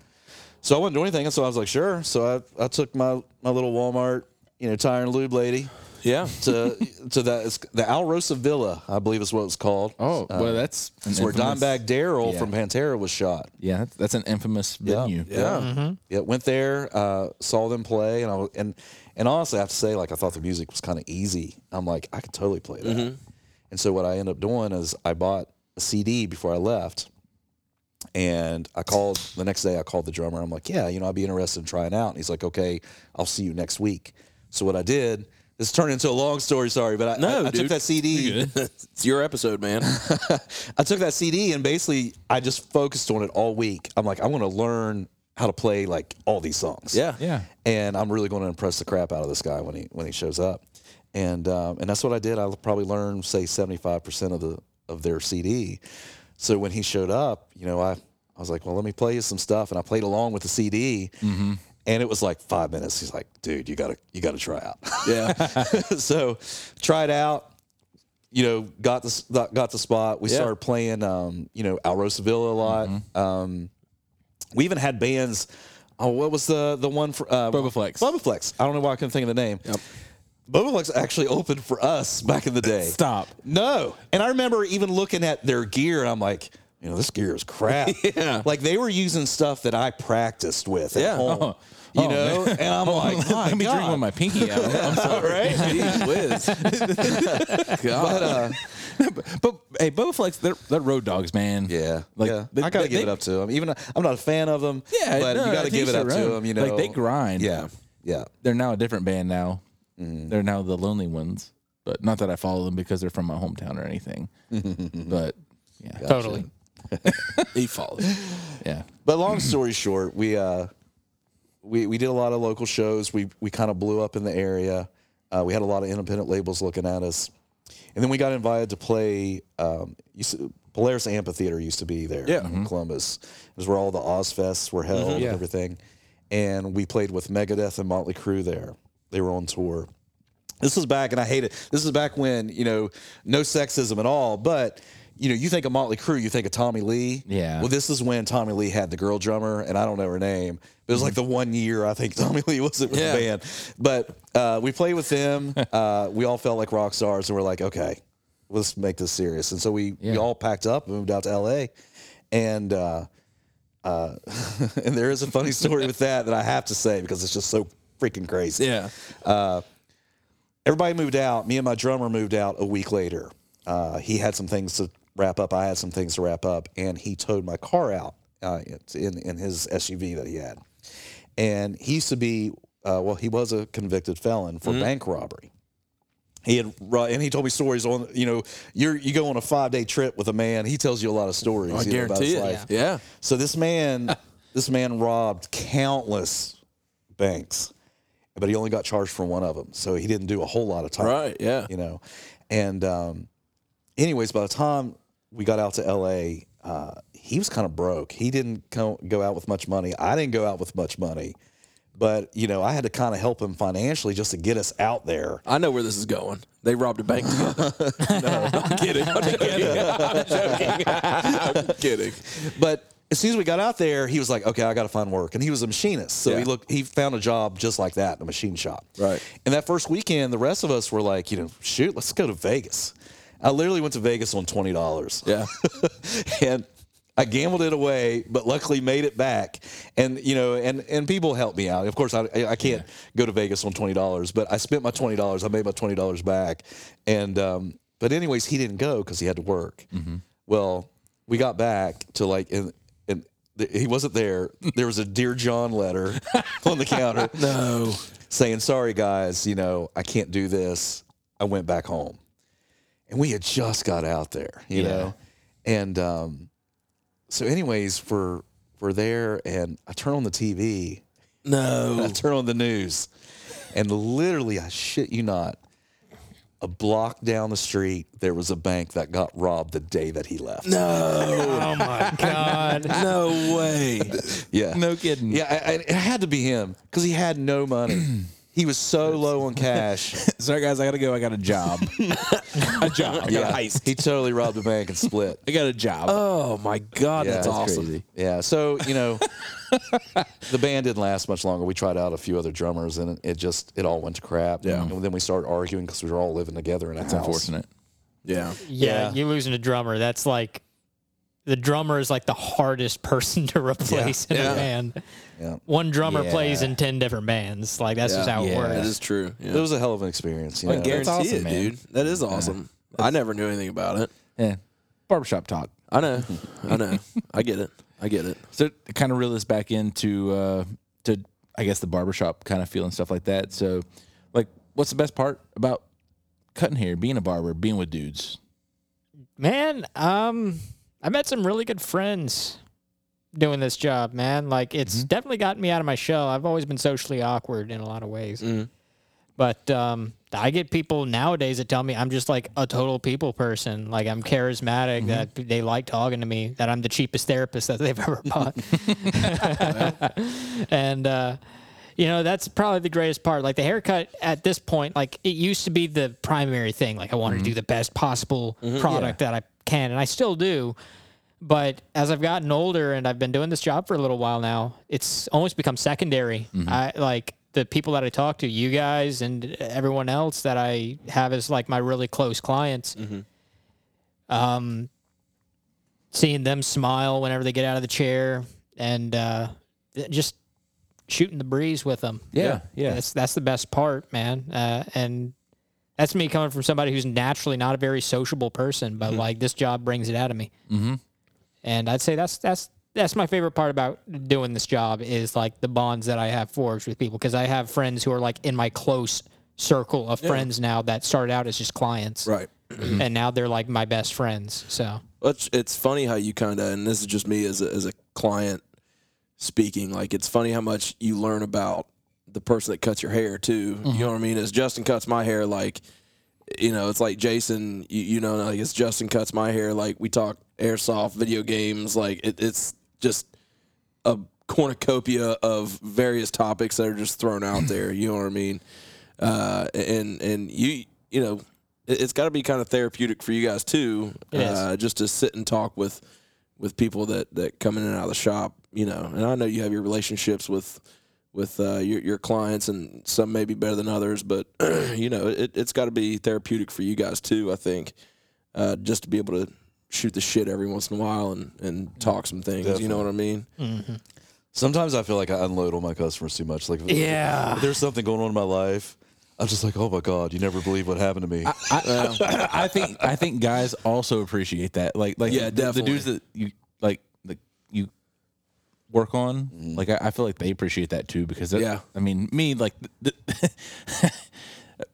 A: So I wouldn't do anything, and so I was like, "Sure." So I I took my my little Walmart, you know, tire and lube lady
C: Yeah.
A: to to that it's the Alrosa Villa, I believe is what it's called.
D: Oh,
A: Uh,
D: well, that's an
A: it's where
D: infamous-
A: Dimebag Daryl
D: Yeah.
A: from Pantera was shot.
D: Yeah, that's, that's an infamous venue.
A: Yeah, yeah. Went there, uh, saw them play, and I was, and and honestly, I have to say, like I thought the music was kind of easy. I'm like, I could totally play that.
C: Mm-hmm.
A: And so what I ended up doing is I bought a CD before I left, and I called the next day. I called the drummer. I'm like, yeah, you know, I'd be interested in trying out. And he's like, okay, I'll see you next week. So what I did. This turned into a long story, sorry, but I,
C: No,
A: I, I took
C: dude.
A: that CD.
C: It's your episode, man.
A: I took that CD and basically I just focused on it all week. I'm like, I want to learn how to play like all these songs.
C: Yeah.
D: Yeah.
A: And I'm really going to impress the crap out of this guy when he when he shows up. And um, and that's what I did. I probably learned say 75% of the of their CD. So when he showed up, you know, I I was like, well, let me play you some stuff, and I played along with the CD. And it was like five minutes. He's like, dude, you gotta you gotta try out.
C: Yeah.
A: so tried out you know got the s- got got the spot we
C: Yeah.
A: started playing um you know alrosa villa a lot um we even had bands oh what was the the one for uh
D: Boba Flex.
A: boba flex i don't know why i couldn't think of the name yep. boba flex actually opened for us back in the day
D: Stop.
A: no and i remember even looking at their gear and i'm like you know this gear is crap
C: Yeah.
A: like they were using stuff that i practiced with at
C: Yeah.
A: home
D: Oh.
A: you
D: Oh,
A: know and i'm like
D: Let,
A: my
D: let me
A: God.
D: drink with my pinky out. I'm sorry.
A: right
C: Jeez whiz. God.
A: but uh
D: But hey, Boba Flex, they're, they're road dogs, man.
A: Yeah,
D: Like,
A: yeah.
D: they-
A: I gotta
D: they-
A: give it
D: they-
A: up to them. Even though I'm not a fan of them.
D: Yeah,
A: but
D: no,
A: you
D: to
A: gotta give
D: each
A: it up to
D: their own.
A: them. You know,
D: Like, they grind.
A: Yeah, yeah. Mm-hmm.
D: They're now a different band now. They're now the Lonely Ones, but not that I follow them because they're from my hometown or anything. but yeah, yeah.
B: Totally.
C: He followed.
A: But long story short, we uh, we we did a lot of local shows. We we kind of blew up in the area. Uh, we had a lot of independent labels looking at us, and then we got invited to play. Um, used to, Polaris Amphitheater used to be there
C: Yeah.
A: in Columbus. It was where all the Ozfests were held and everything. And we played with Megadeth and Motley Crue there. They were on tour. This was back, and I hate it. This was back when you know no sexism at all, but. You know, you think of Motley Crue, you think of Tommy Lee.
D: Yeah.
A: Well, this is when Tommy Lee had the girl drummer, and I don't know her name. It was like the one year I think Tommy Lee wasn't with
C: Yeah.
A: the band. But uh, we played with them. Uh, we all felt like rock stars, and we're like, okay, let's make this serious. And so we, we all packed up and moved out to L.A. And uh, uh, and there is a funny story with that that I have to say because it's just so freaking crazy.
C: Yeah.
A: everybody moved out. Me and my drummer moved out a week later. Uh, he had some things to wrap up. I had some things to wrap up, and he towed my car out uh, it's in in his SUV that he had. And he used to be, uh, well, he was a convicted felon
C: Mm-hmm.
A: for bank robbery. He had, ru- and he told me stories on, you know, you're you go on a five day trip with a man. He tells you a lot of stories.
C: I
A: you know, about
C: guarantee
A: his
C: it.
A: life.
C: Yeah.
A: So this man, this man robbed countless banks, but he only got charged for one of them. So he didn't do a whole lot of time.
C: Right. Yeah.
A: You know, and um, anyways, by the time we got out to L.A., uh, he was kind of broke. He didn't co- go out with much money. I didn't go out with much money, but you know, I had to kind of help him financially just to get us out there.
C: I know where this is going. They robbed a bank together. no, I'm kidding. I'm kidding. I'm joking. I'm kidding.
A: But as soon as we got out there, he was like, "Okay, I got to find work," and he was a machinist. So
C: Yeah.
A: he looked, he found a job just like that in a machine shop.
C: Right.
A: And that first weekend, the rest of us were like, you know, shoot, let's go to Vegas. I literally went to Vegas on twenty dollars.
C: Yeah.
A: and I gambled it away, but luckily made it back. And you know, and and people helped me out. Of course, I I can't go to Vegas on twenty dollars, but I spent my twenty dollars. I made my twenty dollars back. And um, but anyways, he didn't go because he had to work. Well, we got back to like and and th- he wasn't there. There was a dear John letter on the counter
C: No.
A: saying, "Sorry guys, you know I can't do this. I went back home." And we had just got out there, you
D: Yeah.
A: know, and um, so anyways, we're we're there, and I turn on the TV, I
C: No.
A: turn on the news, and literally, I shit you not, a block down the street there was a bank that got robbed the day that he left.
C: No.
B: Oh my god.
C: No way.
A: Yeah,
D: No kidding.
A: yeah, I, I, it had to be him because he had no money. he was so low on cash.
D: Sorry, guys. I gotta go. I got a job. a job. I got a heist.
A: He totally robbed a bank and split.
D: I got a job.
A: Uh,
C: Oh my God, that's, awesome.
A: Yeah. So, you know, the band didn't last much longer. We tried out a few other drummers and it just, it all went to crap. Yeah. And then we started arguing because we were all living together in a house.
D: Unfortunate.
C: Yeah.
B: Yeah,
A: Yeah.
B: you losing a drummer. That's like the drummer is like the hardest person to replace in
C: Yeah.
B: a band.
A: Yeah.
B: One drummer
D: Yeah.
B: plays in ten different bands. Like that's just
C: Yeah.
B: how it
D: Yeah.
B: works.
C: That is true. Yeah.
A: It was a hell of an experience. You
C: I
A: know?
C: guarantee
D: awesome,
C: it,
D: man.
C: dude. That is awesome. I never knew anything about it.
D: Yeah. Barbershop talk.
C: I know. I know. I get it. I get it.
D: So to kind of reel this back into uh, to I guess the barbershop kind of feel and stuff like that. So like what's the best part about cutting hair, being a barber, being with dudes?
B: Man, um, I met some really good friends doing this job, man. Like, it's definitely gotten me out of my shell. I've always been socially awkward in a lot of ways. But um, I get people nowadays that tell me I'm just like a total people person. Like, I'm charismatic, that they like talking to me, that I'm the cheapest therapist that they've ever bought. and, uh, you know, that's probably the greatest part. Like the haircut at this point, like it used to be the primary thing. Like I wanted to do the best possible product that I can, and I still do. But as I've gotten older and I've been doing this job for a little while now, it's almost become secondary. I like the people that I talk to, you guys and everyone else that I have as like my really close clients. Um, seeing them smile whenever they get out of the chair and uh, th- just shooting the breeze with them.
D: Yeah, yeah.
B: That's that's the best part, man. Uh, and that's me coming from somebody who's naturally not a very sociable person, but like this job brings it out of me. Mm-hmm. And I'd say that's that's that's my favorite part about doing this job is like the bonds that I have forged with people because I have friends who are like in my close circle of friends now that started out as just clients
C: Right.
B: and now they're like my best friends. So
C: Well, It's, it's funny how you kind of, and this is just me as a, as a client speaking, like it's funny how much you learn about the person that cuts your hair too. You know what I mean? As Justin cuts my hair, like, you know, it's like Jason, you, you know, like as Justin cuts my hair, like we talk airsoft, video games, like it, it's just a cornucopia of various topics that are just thrown out there. You know what I mean? Uh, and, and you, you know, it- it's got to be kind of therapeutic for you guys too,
B: It is.
C: uh, just to sit and talk with with people that that come in and out of the shop, you know. And I know you have your relationships with with uh, your your clients, and some may be better than others, but you know, it, it's got to be therapeutic for you guys too. I think uh, just to be able to shoot the shit every once in a while and and talk some things. You know what I mean?
A: Sometimes I feel like I unload on my customers too much. Like, if-
B: Yeah.
A: if there's something going on in my life. I'm just like, oh my god, you never believe what happened to me.
D: I, I think I think guys also appreciate that. Like like
C: Yeah,
D: the- the,
C: definitely.
D: dudes that you like the, you work on. Like I, I feel like they appreciate that too because that-
C: Yeah.
D: I mean me like the,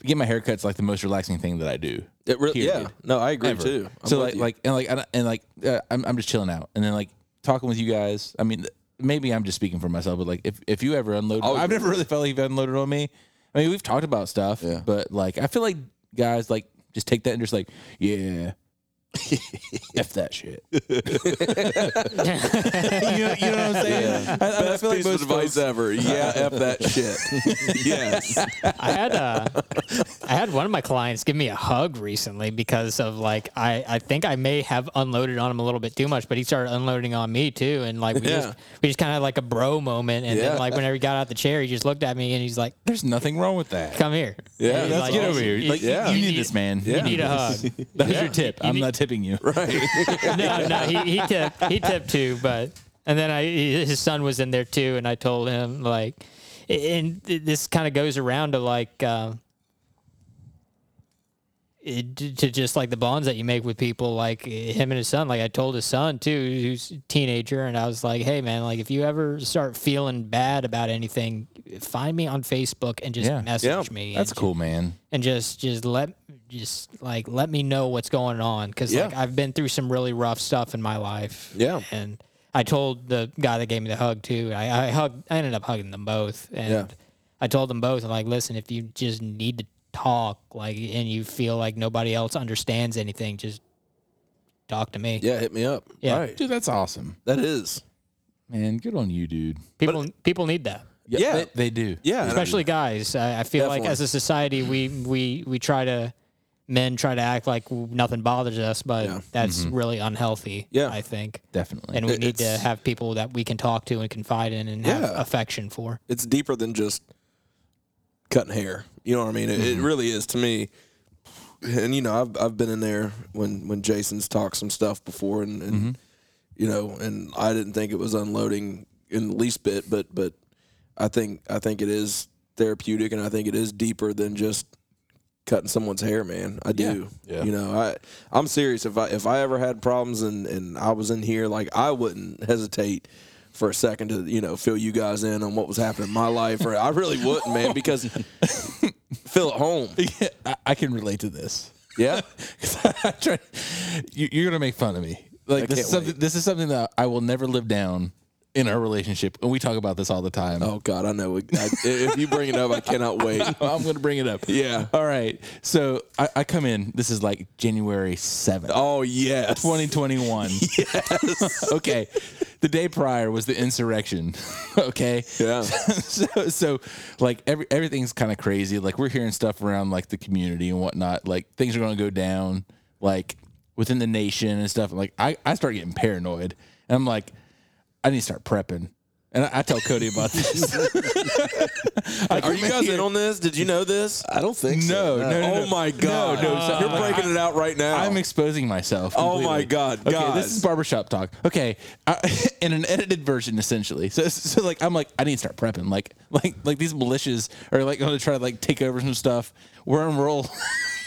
D: get my haircut's like the most relaxing thing that I do.
C: It re-
D: period.
C: yeah. No, I agree
D: Ever.
C: too. I'm
D: so
C: with
D: like
C: you.
D: like and like and, and like uh, I'm I'm just chilling out and then like talking with you guys. I mean th- maybe I'm just speaking for myself, but like if if you ever unload,
C: I'll
D: I've
C: agree
D: never really felt like you've unloaded on me. I mean we've talked about stuff,
A: Yeah.
D: but like I feel like guys like just take that and just like yeah. F that shit. you, know, you know what I'm saying? I, I- I
C: Best
D: feel like
C: piece
D: most
C: of advice
D: folks-
C: ever. Yeah, f that shit. yes.
B: I had uh, I had one of my clients give me a hug recently because of like I, I think I may have unloaded on him a little bit too much, but he started unloading on me too, and like we
C: Yeah.
B: just we just kind of had like a bro moment, and
C: Yeah.
B: then like whenever he got out the chair, he just looked at me and he's like,
D: There's nothing wrong with that.
B: "Come here,
C: Yeah,
B: And he's
C: let's
B: like,
D: Get over here. Like,
C: yeah.
D: You,
C: You
D: need this, man.
B: You need a hug.
D: That was your tip. I'm
B: need-
D: not tipping you.
B: no, no, he, he tipped he tipped too, but and then I he- his son was in there too, and I told him like, and th- this kind of goes around to like. Uh, it, to to just like the bonds that you make with people, like eh, him and his son. Like I told his son too, who's a teenager, and I was like, "Hey man, like if you ever start feeling bad about anything, find me on Facebook and just
D: Yeah.
B: message
C: Yeah.
B: me.
D: That's
B: and
D: cool, man.
B: and just just let just like let me know what's going on because like
C: Yeah.
B: I've been through some really rough stuff in my life.
C: Yeah.
B: and I told the guy that gave me the hug too. I, I hugged. I ended up hugging them both, and
C: Yeah.
B: I told them both. I'm like, listen, if you just need to talk, like, and you feel like nobody else understands anything, just talk to me.
C: Yeah, hit me up.
B: Yeah.
C: Right.
D: Dude, that's awesome.
C: That is.
D: Man, good on you, dude.
B: People people need that.
C: Yeah.
D: They, they do.
C: Yeah. and I-
B: especially guys. I, I feel like
C: Definitely.
B: as a society, we we we try to men try to act like nothing bothers us, but
C: Yeah.
B: that's really unhealthy.
C: Yeah.
B: I think,
D: Definitely.
B: and we
C: It-
B: need to
C: it's-
B: have people that we can talk to and confide in and have
C: Yeah.
B: affection for.
C: it's deeper than just cutting hair. You know what I mean? It, it really is to me. And you know, I've I've been in there when when Jason's talked some stuff before, and, and you know, and I didn't think it was unloading in the least bit, but but I think I think it is therapeutic, and I think it is deeper than just cutting someone's hair, man. I do.
A: Yeah.
C: You know, I I'm serious. If I if I ever had problems and and I was in here, like I wouldn't hesitate for a second to you know fill you guys in on what was happening in my life, or I really wouldn't, man, because feel at home.
D: I, I can relate to this.
C: Yeah.
D: 'Cause I try- you, you're gonna make fun of me. Like this
C: can't
D: is something.
C: wait.
D: This is something that I will never live down in our relationship, and we talk about this all the time.
C: Oh God, I know. I, if you bring it up, I cannot wait.
D: I'm gonna bring it up.
C: Yeah.
D: All right. So I, I come in. This is like January seventh.
C: Oh yes.
D: 2021. okay. The day prior was the insurrection. okay.
C: Yeah.
D: so, so like every everything's kind of crazy. Like we're hearing stuff around like the community and whatnot. Like things are going to go down like within the nation and stuff. And like I, I start getting paranoid and I'm like, I need to start prepping. And I, I tell Cody about this.
C: Are you guys in on this? Did you know this?
A: I don't think
D: no,
A: so.
D: no, no, no.
C: oh my God.
D: no, so-
C: You're breaking it out right now.
D: I'm exposing myself.
C: Oh
D: completely.
C: my God,
D: Okay,
C: guys.
D: this is barbershop talk. Okay, I, in an edited version, essentially. So, so like, I'm like, I need to start prepping. Like, like, like these militias are like going to try to like take over some stuff. We're in rural.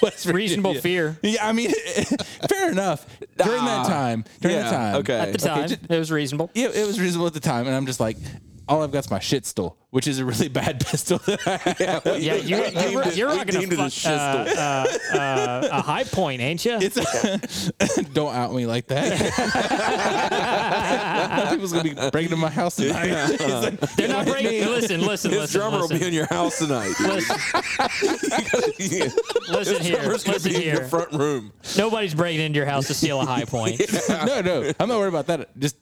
D: West Virginia.
B: Reasonable fear.
D: Yeah, I mean, fair enough. During that
C: Ah,
D: time, during
C: yeah,
D: that time,
C: okay.
B: At the
D: Okay,
B: time,
D: just-
B: it was reasonable.
D: yeah, it was reasonable at the time, and I'm just like, all I've got's my shit stole, which is a really bad pistol. that I have.
B: Yeah, you, you're,
C: it-
B: you're
C: we
B: not going
C: deemed it
B: to
C: a
B: fuck uh, uh, uh, a high point, ain't you?
D: It's don't out me like that. People's gonna be breaking into my house tonight.
B: They're not breaking. Listen, listen,
C: His
B: listen.
C: drummer
B: listen.
C: will be in your house tonight.
B: Listen, listen here.
C: Drummer's gonna
B: Listen
C: be in your
B: here.
C: front room.
B: Nobody's breaking into your house to steal a high point.
D: no, no, I'm not worried about that. Just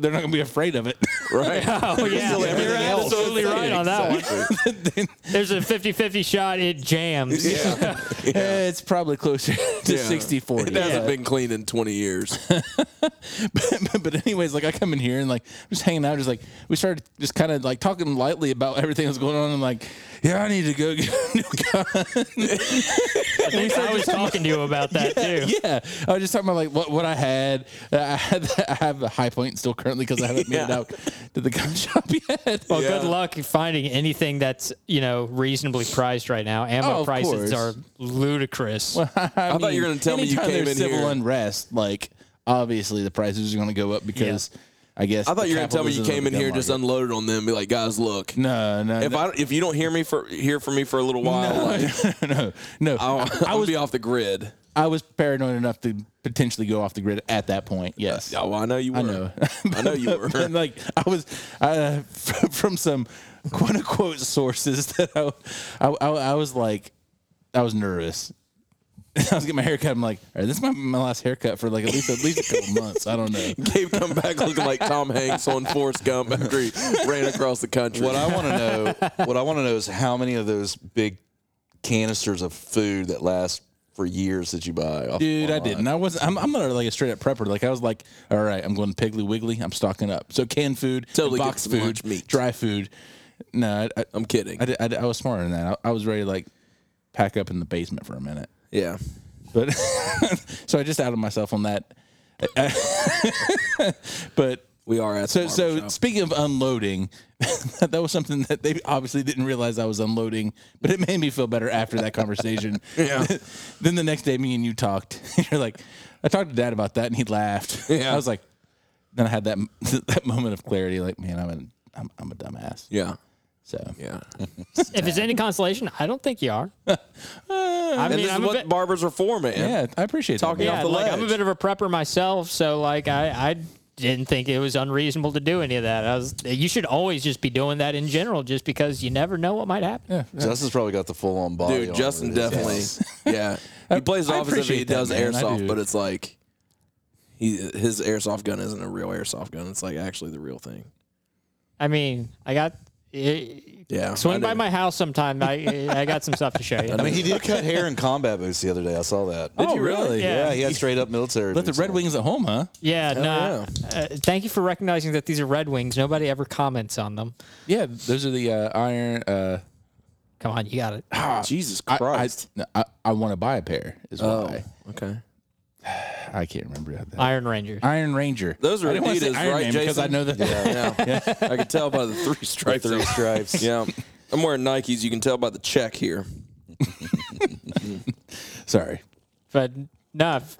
D: they're not gonna be afraid of it.
C: Right.
B: Oh, yeah.
C: Still
B: You're
C: everything else.
B: absolutely right on that one. There's a 50 50 shot, it jams.
C: Yeah.
D: Eh, it's probably closer to
C: Yeah.
D: 60 40.
C: It hasn't been cleaned in 20 years.
D: but, but anyways, like I come in here and like I'm just hanging out, just like we started just kind of like talking lightly about everything that's going on, and like yeah, I need to go get a new gun.
B: I was talking to you about that too.
D: yeah, I was just talking about like what, what I had. Uh, I, had I have a high point still currently because I haven't made it
C: Yeah.
D: out to the gun shop yet.
B: Well,
C: Yeah.
B: good luck finding anything that's you know reasonably priced right now.
D: Oh,
B: Ammo
D: of
B: prices
D: course.
B: are ludicrous.
D: I,
C: thought you were gonna tell me you
D: anytime
C: came
D: there's
C: in here-
D: civil unrest, like obviously the prices are going to go up because I guess
C: I thought
D: the
C: you were gonna tell me you
D: capitalism of
C: came
D: the
C: in
D: gun
C: here just
D: market.
C: unloaded on them, and be like, guys, look.
D: no, no,
C: If
D: no,
C: I if you don't hear me for hear from me for a little while, like,
D: no, no.
C: I'll,
D: I,
C: I'll
D: was
C: be off the grid.
D: I was paranoid enough to potentially go off the grid at that point. Yes.
C: Yeah, Oh, well, I know you were. I
D: know.
C: I know you were.
D: and like I was uh, from, from some quote unquote sources that I, I, I, I was like I was nervous. I was getting my haircut. I'm like, all right, this might be my last haircut for like at least at least a couple months. I don't know.
C: Gabe come back looking like Tom Hanks on Forrest Gump after he ran across the country.
A: What I want to know, what I want to know is how many of those big canisters of food that last for years that you buy. off
D: Dude, I
A: online.
D: didn't. I wasn't. I'm, I'm not like a straight up prepper. Like I was like, all right, I'm going to Piggly Wiggly. I'm stocking up. So canned food,
C: Totally get
D: box
C: some Um,
D: food,
C: lunch meat.
D: dry food. No, I, I,
C: I'm kidding.
D: I, did- I, did- I was smarter than that. I, I was ready to like pack up in the basement for a minute.
C: yeah.
D: But so I just outed myself on that. but
C: We are at
D: so
C: the
D: so
C: barbershop.
D: speaking of unloading, that was something that they obviously didn't realize I was unloading, but it made me feel better after that conversation.
C: Yeah.
D: then the next day, me and you talked. You're like, I talked to Dad about that, and he laughed.
C: Yeah.
D: I was like, then I had that that moment of clarity. Like, man, I'm an I'm, I'm a dumbass.
C: Yeah.
D: So
C: Yeah.
B: If it's any consolation, I don't think you are. I
C: Uh, And
B: mean,
C: this
B: I'm
C: is
B: a
C: what
B: bit,
C: barbers are for, man.
D: yeah, I appreciate
C: Talking
D: that.
C: off
B: yeah,
C: the
B: like I'm a
C: ledge.
B: bit of a prepper myself, so like I, I didn't think it was unreasonable to do any of that. I was, you should always just be doing that in general, just because you never know what might happen.
A: Justin's probably got the full on body.
C: Dude,
A: armor
C: Justin
A: that he's got.
C: definitely. Yeah. He plays
D: I
C: off as if he
D: appreciate that,
C: does
D: man. I
C: airsoft,
D: do.
C: but it's like he his airsoft gun isn't a real airsoft gun. It's like actually the real thing.
B: I mean, I got. It,
C: Yeah. I
B: Swing by
C: do.
B: my house sometime. I I got some stuff to show you.
A: I mean, he did cut hair in combat boots the other day. I saw that.
D: you really?
A: Yeah,
B: Oh, Yeah.
A: he had straight up military.
D: Left the
A: boots
D: Red
A: on.
D: Wings at home, huh?
B: Yeah, no. uh, thank you for recognizing that these are Red Wings. Nobody ever comments on them.
D: Yeah, those are the uh, iron. Uh,
B: Come on, you got it.
C: Jesus
D: Ah, I-
C: Christ. Oh.
D: I, I, I want to buy a pair. Is why
C: okay.
D: I, can't remember how that.
B: Iron Rangers.
D: Iron Ranger.
C: Those are
D: I didn't wanna say
C: Adidas,
D: Iron
C: right,
D: Man because I
C: Jason?
D: know that.
C: Yeah. I can tell by the three stripes.
A: Three stripes.
C: Yeah. I'm wearing Nikes. You can tell by the check here.
D: Sorry.
B: but no, f-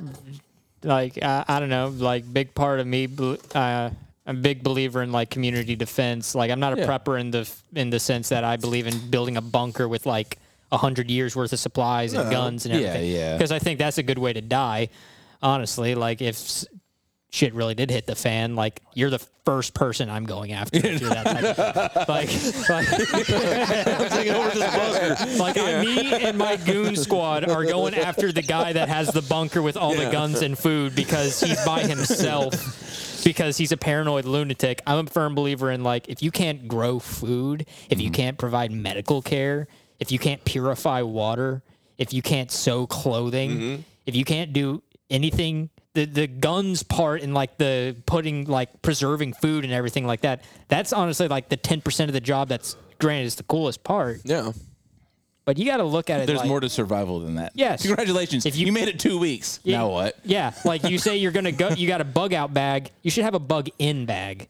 B: like I, I don't know, like big part of me, bel- uh, I'm a big believer in like community defense. Like I'm not a
D: Yeah.
B: prepper in the f- in the sense that I believe in building a bunker with like a hundred years worth of supplies and guns and
D: Uh, yeah,
B: everything.
D: yeah.
B: Because I think that's a good way to die. Honestly, like if s- shit really did hit the fan, like you're the first person I'm going after. if you're that type of- like, like, like I- me and my goon squad are going after the guy that has the bunker with all the guns and food because he's by himself because he's a paranoid lunatic. I'm a firm believer in like if you can't grow food, if you can't provide medical care, if you can't purify water, if you can't sew clothing, if you can't do anything the, the guns part and like the putting like preserving food and everything like that that's honestly like the 10% of the job that's granted is the coolest part
C: Yeah.
B: but you got to look at it.
D: There's
B: like-
D: more to survival than that.
B: Yes.
D: Congratulations. If
B: If
D: you,
B: you-
D: made it two weeks.
B: Yeah.
D: Now what?
B: Yeah, like you say, you're gonna go. You got a bug out bag. You should have a bug in bag.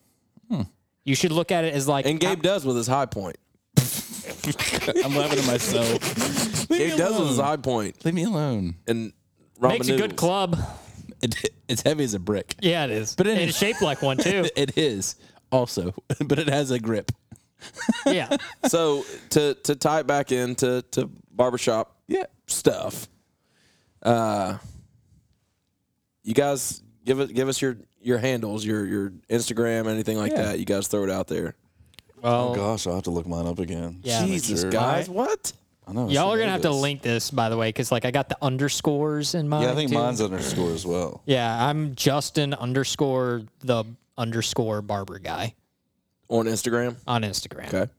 B: You should look at it as like
C: And Gabe does with his high point.
D: I'm laughing at myself. Leave
C: Gabe
D: me
C: does with his
D: alone.
C: high point
D: Leave me alone.
C: and
B: I,
C: ramen
B: "Ah, makes a good
C: noodles.
B: club.
D: It, it's heavy as a brick.
B: Yeah, it is.
D: But
B: But
D: it is-
B: it's shaped like one too.
D: It is also, but it has a grip.
B: yeah,
C: So to to tie it back into to barbershop
D: Yeah.
C: stuff, uh, you guys give it give us your your handles, your your Instagram, anything like
D: Yeah.
C: that. You guys throw it out there.
A: Oh gosh, I'll have to look mine up again.
B: Yeah, I'm
C: Jesus,
A: sure.
C: guys, what?
A: I know.
B: y'all
A: I should
B: are
A: know
B: gonna have to
A: this.
B: link this by the way, because like I got the underscores in mine.
A: Yeah, I think
B: too.
A: mine's underscore as well.
B: Yeah, I'm Justin underscore the underscore barber guy
C: On Instagram,
B: on Instagram.
C: okay.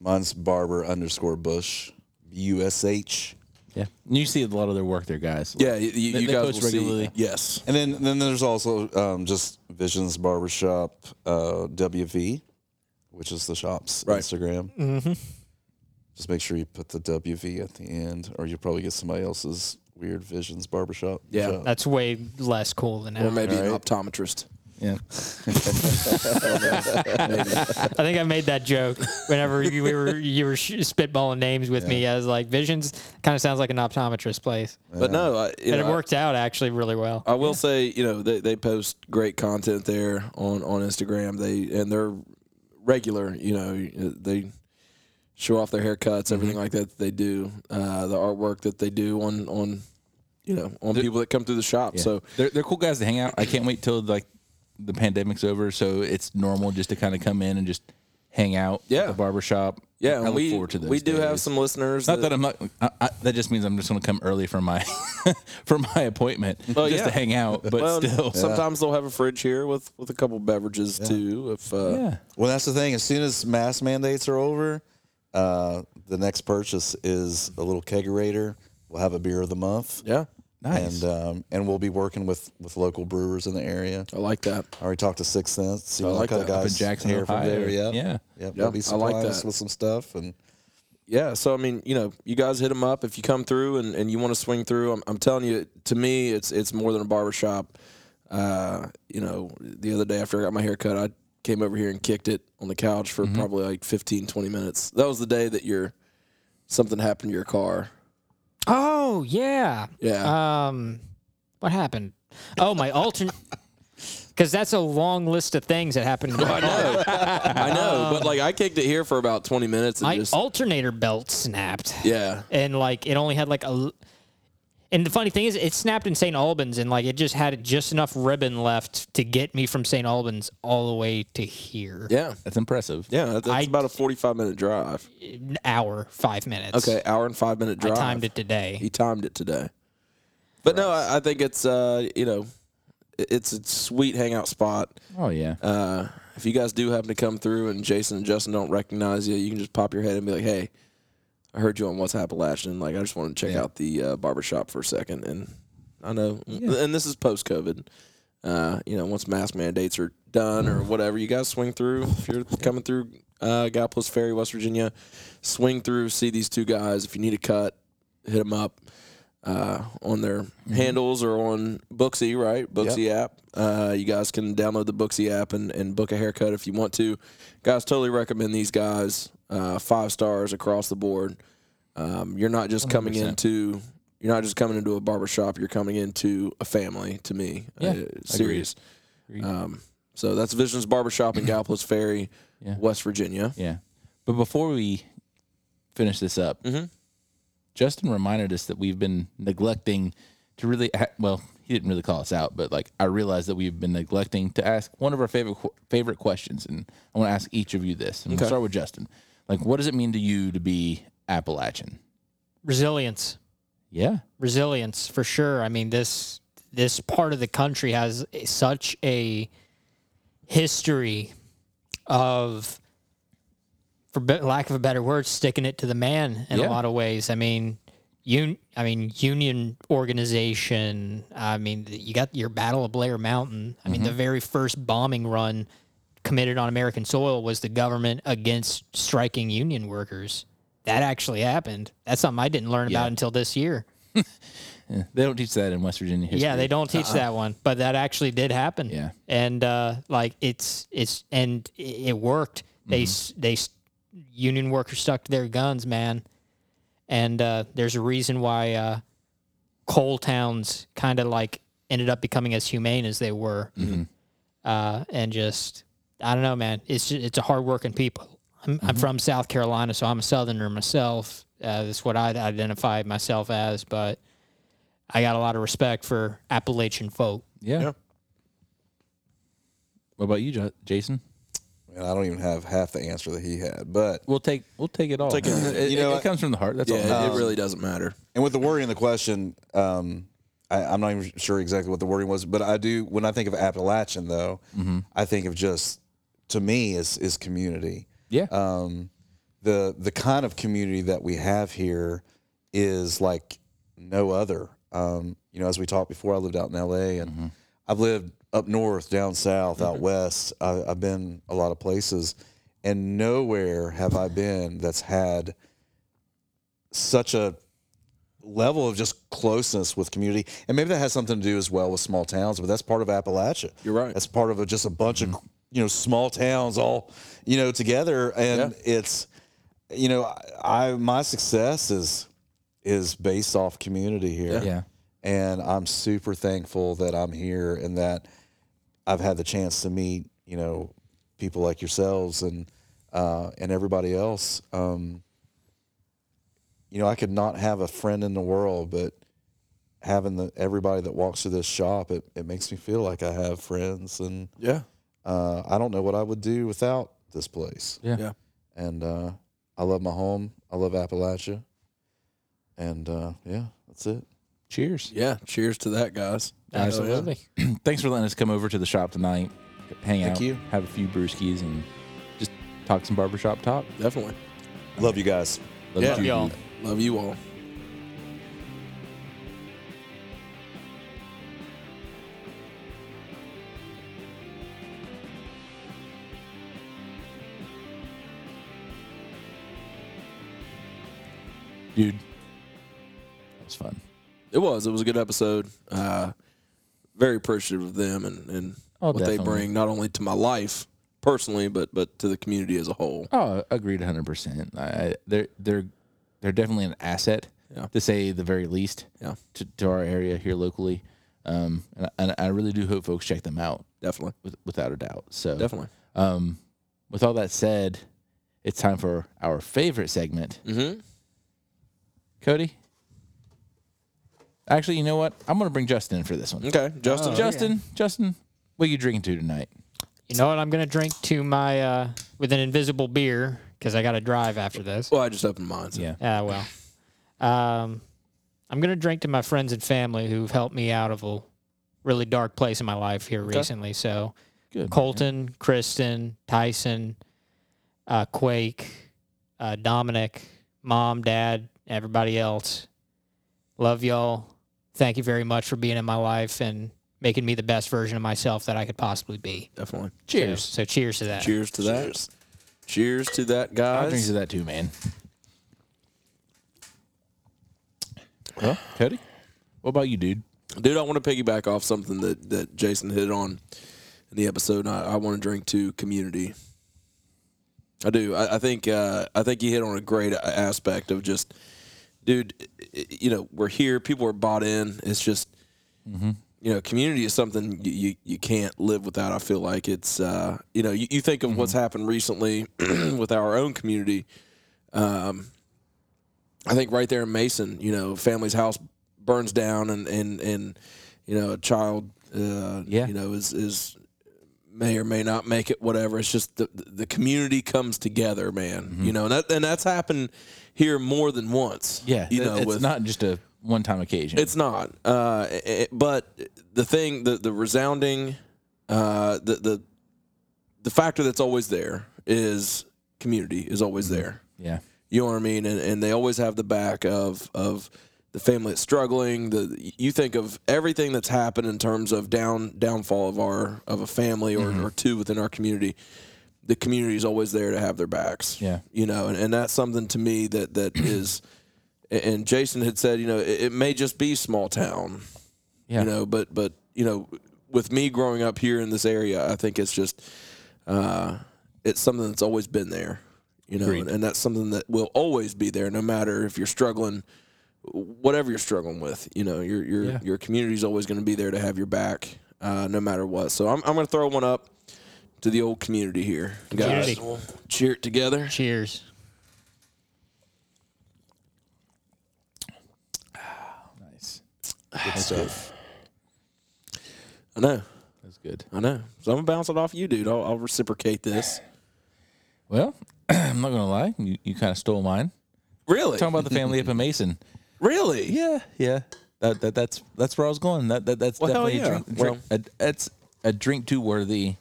A: Mine's Barber underscore Bush. U S H.
D: Yeah. You see a lot of their work there, guys.
C: Yeah, you, you,
D: They-
C: you
D: they
C: guys
D: post
C: will
D: regularly.
C: see. Yes,
A: And then then there's also um, just Visions Barbershop uh, WV, which is the shop's
C: Right.
B: Mm-hmm.
A: Instagram. Just make sure you put the WV at the end, or you'll probably get somebody else's Weird Visions barbershop.
C: Yeah.
A: shop.
B: That's way less cool than
C: or
B: that.
C: maybe an
A: Right.
C: optometrist.
D: Yeah.
B: I think I made that joke whenever you, we were you were sh- spitballing names with me. I was like, Visions kind of sounds like an optometrist place,
C: But no, I, you
B: and
C: know,
B: it
C: I-
B: worked out actually really well.
C: I will say, you know, they, they post great content there on, on Instagram. They and they're regular. You know, they show off their haircuts,
D: Mm-hmm.
C: everything like that. that They do uh, the artwork that they do on on you know on people that come through the shop. So
D: They're, they're cool guys to hang out. I can't wait till like the pandemic's over, so it's normal just to kind of come in and just hang out. at
C: Yeah.
D: the barbershop.
C: yeah,
D: I
C: and
D: look
C: we
D: forward to those.
C: we do have
D: days.
C: some listeners.
D: Not that I'm not. I, I, that just means I'm just going to come early for my for my appointment
C: Well,
D: just
C: yeah.
D: to hang out. But
C: well,
D: still,
C: sometimes they'll have a fridge here with with a couple beverages too. If uh,
D: yeah.
A: Well, that's the thing. As soon as mask mandates are over, uh, the next purchase is a little kegerator. We'll have a beer of the month.
C: yeah,
D: Nice.
A: And um, and we'll be working with with local brewers in the area.
C: I like that.
A: I already talked to Sixth Sense. See what
C: like
A: kind of
C: that. Up
D: in
A: guys
D: Jackson,
A: here from
D: Ohio.
A: there. Yeah.
D: Yeah.
A: Yeah. They'll be
C: I like
A: supplying us
C: that.
A: with some stuff and
C: yeah so i mean you know you guys hit them up if you come through and, and you want to swing through I'm, I'm telling you to me it's it's more than a barbershop uh, you know the other day after i got my hair cut i came over here and kicked it on the couch for
B: Mm-hmm.
C: probably like 15 20 minutes that was the day that your something happened to your car
B: Oh yeah.
C: Yeah.
B: Um, what happened? Oh, my alternate. Because that's a long list of things that happened. To my car.
C: i know but like i kicked it here for about 20 minutes and
B: my
C: just
B: alternator belt snapped,
C: yeah
B: and like it only had like a. l- And the funny thing is, it snapped in St. Albans, and like it just had just enough ribbon left to get me from St. Albans all the way to here.
C: yeah
D: That's impressive.
C: yeah that- that's
B: I-
C: about a 45 minute drive
B: An hour, five minutes.
C: okay hour and five minute
B: I
C: drive
B: timed it today.
C: He timed it today. But no, I, I think it's uh, you know, i- it's a sweet hangout spot.
D: Oh yeah.
C: Uh, if you guys do happen to come through and Jason and Justin don't recognize you, you can just pop your head and be like, "Hey, I heard you on What's Appalachian. Like, I just want to check out the uh, barbershop for a second. And I know, and this is post COVID. Uh, you know, once mask mandates are done or whatever, you guys swing through. If you're coming through uh, Gapless Ferry, West Virginia, swing through, see these two guys. If you need a cut, hit them up uh, on their handles or on Booksy, right? Booksy app. Uh, you guys can download the Booksy app and, and book a haircut if you want to. Guys, totally recommend these guys. Uh, five stars across the board. Um, you're not just coming
D: 100%.
C: into you're not just coming into a barber shop. You're coming into a family. To me,
D: Yeah,
C: Uh,
D: agreed.
C: serious.
D: Agreed.
C: Um, so that's Visions Barbershop in Galapagos Ferry,
D: Yeah.
C: West Virginia.
D: Yeah. But before we finish this up,
C: Mhm.
D: Justin reminded us that we've been neglecting to really, ha- well, he didn't really call us out, but like I realized that we've been neglecting to ask one of our favorite qu- favorite questions, and I want to ask each of you this. And
C: Okay.
D: we'll start with Justin. Like, what does it mean to you to be Appalachian?
B: Resilience.
D: Yeah.
B: resilience for sure. I mean this this part of the country has such a history of, for be- lack of a better word, sticking it to the man in
D: Yeah.
B: a lot of ways. I mean, un- I mean union organization. I mean, you got your Battle of Blair Mountain. I mean,
D: Mm-hmm.
B: the very first bombing run committed on American soil was the government against striking union workers. That actually happened. That's something I didn't learn
D: Yeah.
B: about until this year.
D: They don't teach that in West Virginia history. Uh-uh.
B: Yeah, they don't teach that one, but that actually did happen.
D: Yeah.
B: and uh, like it's it's and i- it worked. They
D: Mm-hmm.
B: s They s union workers stuck to their guns, man. And uh, there's a reason why uh, coal towns kind of like ended up becoming as humane as they were,
D: Mm-hmm.
B: uh, and just I don't know, man. It's just, it's a hardworking people. I'm,
D: Mm-hmm.
B: I'm from South Carolina, so I'm a Southerner myself. Uh, that's what I identify myself as, but I got a lot of respect for Appalachian folk.
D: Yeah.
C: Yeah.
D: What about you, Ju- Jason?
A: and I don't even have half the answer that he had. But
D: We'll take we'll take it all.
C: Take it.
D: it,
A: You know
D: it
A: what?
D: comes from the heart. That's all.
C: Yeah, it- it really doesn't matter.
A: And with the wording of the question, um, I, I'm not even sure exactly what the wording was, but I do. When I think of Appalachian, though, I think of just to me is is community.
D: Yeah.
A: Um, the the kind of community that we have here is like no other. Um, you know, as we talked before, I lived out in L.A. and I've lived up north, down south,
C: Mm-hmm.
A: out west. I, I've been a lot of places, and nowhere have I been that's had such a level of just closeness with community, and maybe that has something to do as well with small towns. But that's part of Appalachia.
C: You're right. Mm-hmm.
A: That's part of a, just a bunch of you know small towns all you know together, and it's you know I, I my success is is based off community here.
D: Yeah.
A: And I'm super thankful that I'm here and that I've had the chance to meet, you know, people like yourselves and uh, and everybody else. Um, you know, I could not have a friend in the world, but having the everybody that walks through this shop, it, it makes me feel like I have friends, and
C: Yeah.
A: uh, I don't know what I would do without this place.
D: Yeah.
C: Yeah.
A: And uh, I love my home. I love Appalachia. And uh, yeah, that's it.
D: Cheers.
C: Yeah. Cheers to that, guys.
B: Absolutely.
D: Thanks for letting us come over to the shop tonight, hang
A: Thank
D: out,
A: you.
D: have a few brewskis, and just talk some barbershop talk.
C: Definitely.
A: Love you guys.
D: Love
C: Yeah.
D: you.
B: Y'all.
C: Love you all.
D: dude. That was fun.
C: It was. It was a good episode. Uh, very appreciative of them and, and
D: Oh,
C: what they
D: definitely.
C: bring, not only to my life personally, but but to the community as a whole.
D: Oh, agreed, hundred percent. They're they're they're definitely an asset,
C: Yeah.
D: to say the very least,
C: Yeah.
D: to, to our area here locally. Um, and, I, and I really do hope folks check them out,
C: Definitely.
D: with, without a doubt. So,
C: Definitely.
D: um, with all that said, it's time for our favorite segment.
C: Mm-hmm.
D: Cody. Actually, you know what? I'm gonna bring Justin in for this one.
C: Mm-hmm. Okay. Justin.
D: Justin, Justin, what are you drinking to tonight?
B: You know what? I'm gonna drink to my uh, with an invisible beer because I got to drive after this.
C: Well, I just opened mine. so-
D: Yeah.
B: Ah, well. Um, I'm gonna drink to my friends and family who've helped me out of a really dark place in my life here recently. So
D: Good.
B: Colton, Kristen, Tyson, uh, Quake, uh, Dominic, Mom, Dad, everybody else. Love y'all. Thank you very much for being in my life and making me the best version of myself that I could possibly be.
C: Definitely.
B: Cheers. So, cheers to that.
C: Cheers to that. Cheers, to that,
D: I'll drink
C: guys.
D: to that too, man. Well, Cody, what about you, dude?
C: Dude, I want to piggyback off something that, that Jason hit on in the episode. And I, I want to drink to community. I do. I, I think uh, I think you hit on a great a- aspect of just, dude. i- i- You know, we're here. People are bought in. It's just, you know, community is something you, you, you can't live without. I feel like it's, uh, you know, you, you think of what's happened recently with our own community. Um, I think right there in Mason, you know, family's house burns down and and and you know a child, uh,
D: Yeah.
C: you know, is is may or may not make it. Whatever. It's just the the community comes together, man.
D: Mm-hmm.
C: You know, and that and that's happened here more than once. you know,
D: it's
C: with
D: not just a one-time occasion.
C: it's not. Uh, i- i- but the thing, the the resounding, uh, the the the factor that's always there is community is always
D: Mm-hmm.
C: there.
D: yeah,
C: You know what I mean? And, and they always have the back of of the family that's struggling. The you think of everything that's happened in terms of down downfall of our of a family or, or two within our community. The community is always there to have their backs.
D: Yeah.
C: you know, and, and that's something to me that that is. And Jason had said, you know, it, it may just be small town,
D: yeah,
C: you know, but but you know, with me growing up here in this area, I think it's just uh, it's something that's always been there, you know, and, and that's something that will always be there, no matter if you're struggling, whatever you're struggling with, you know, your your
D: Yeah.
C: your community's always going to be there to have your back, uh, no matter what. So I'm I'm going to throw one up to the old community here, guys.
B: Community.
C: We'll cheer it together.
B: Cheers.
D: nice.
A: Good stuff.
C: I know,
D: That's good.
C: I know. So I'm gonna bounce it off you, dude. I'll, I'll reciprocate this.
D: Well, I'm not gonna lie, you, you kind of stole mine.
C: Really,
D: Talking about the family up in Mason.
C: really,
D: Yeah, yeah. That, that that's that's where I was going. That, that that's
C: Well, hell
D: definitely
C: yeah.
D: a drink, drink a, that's a drink too worthy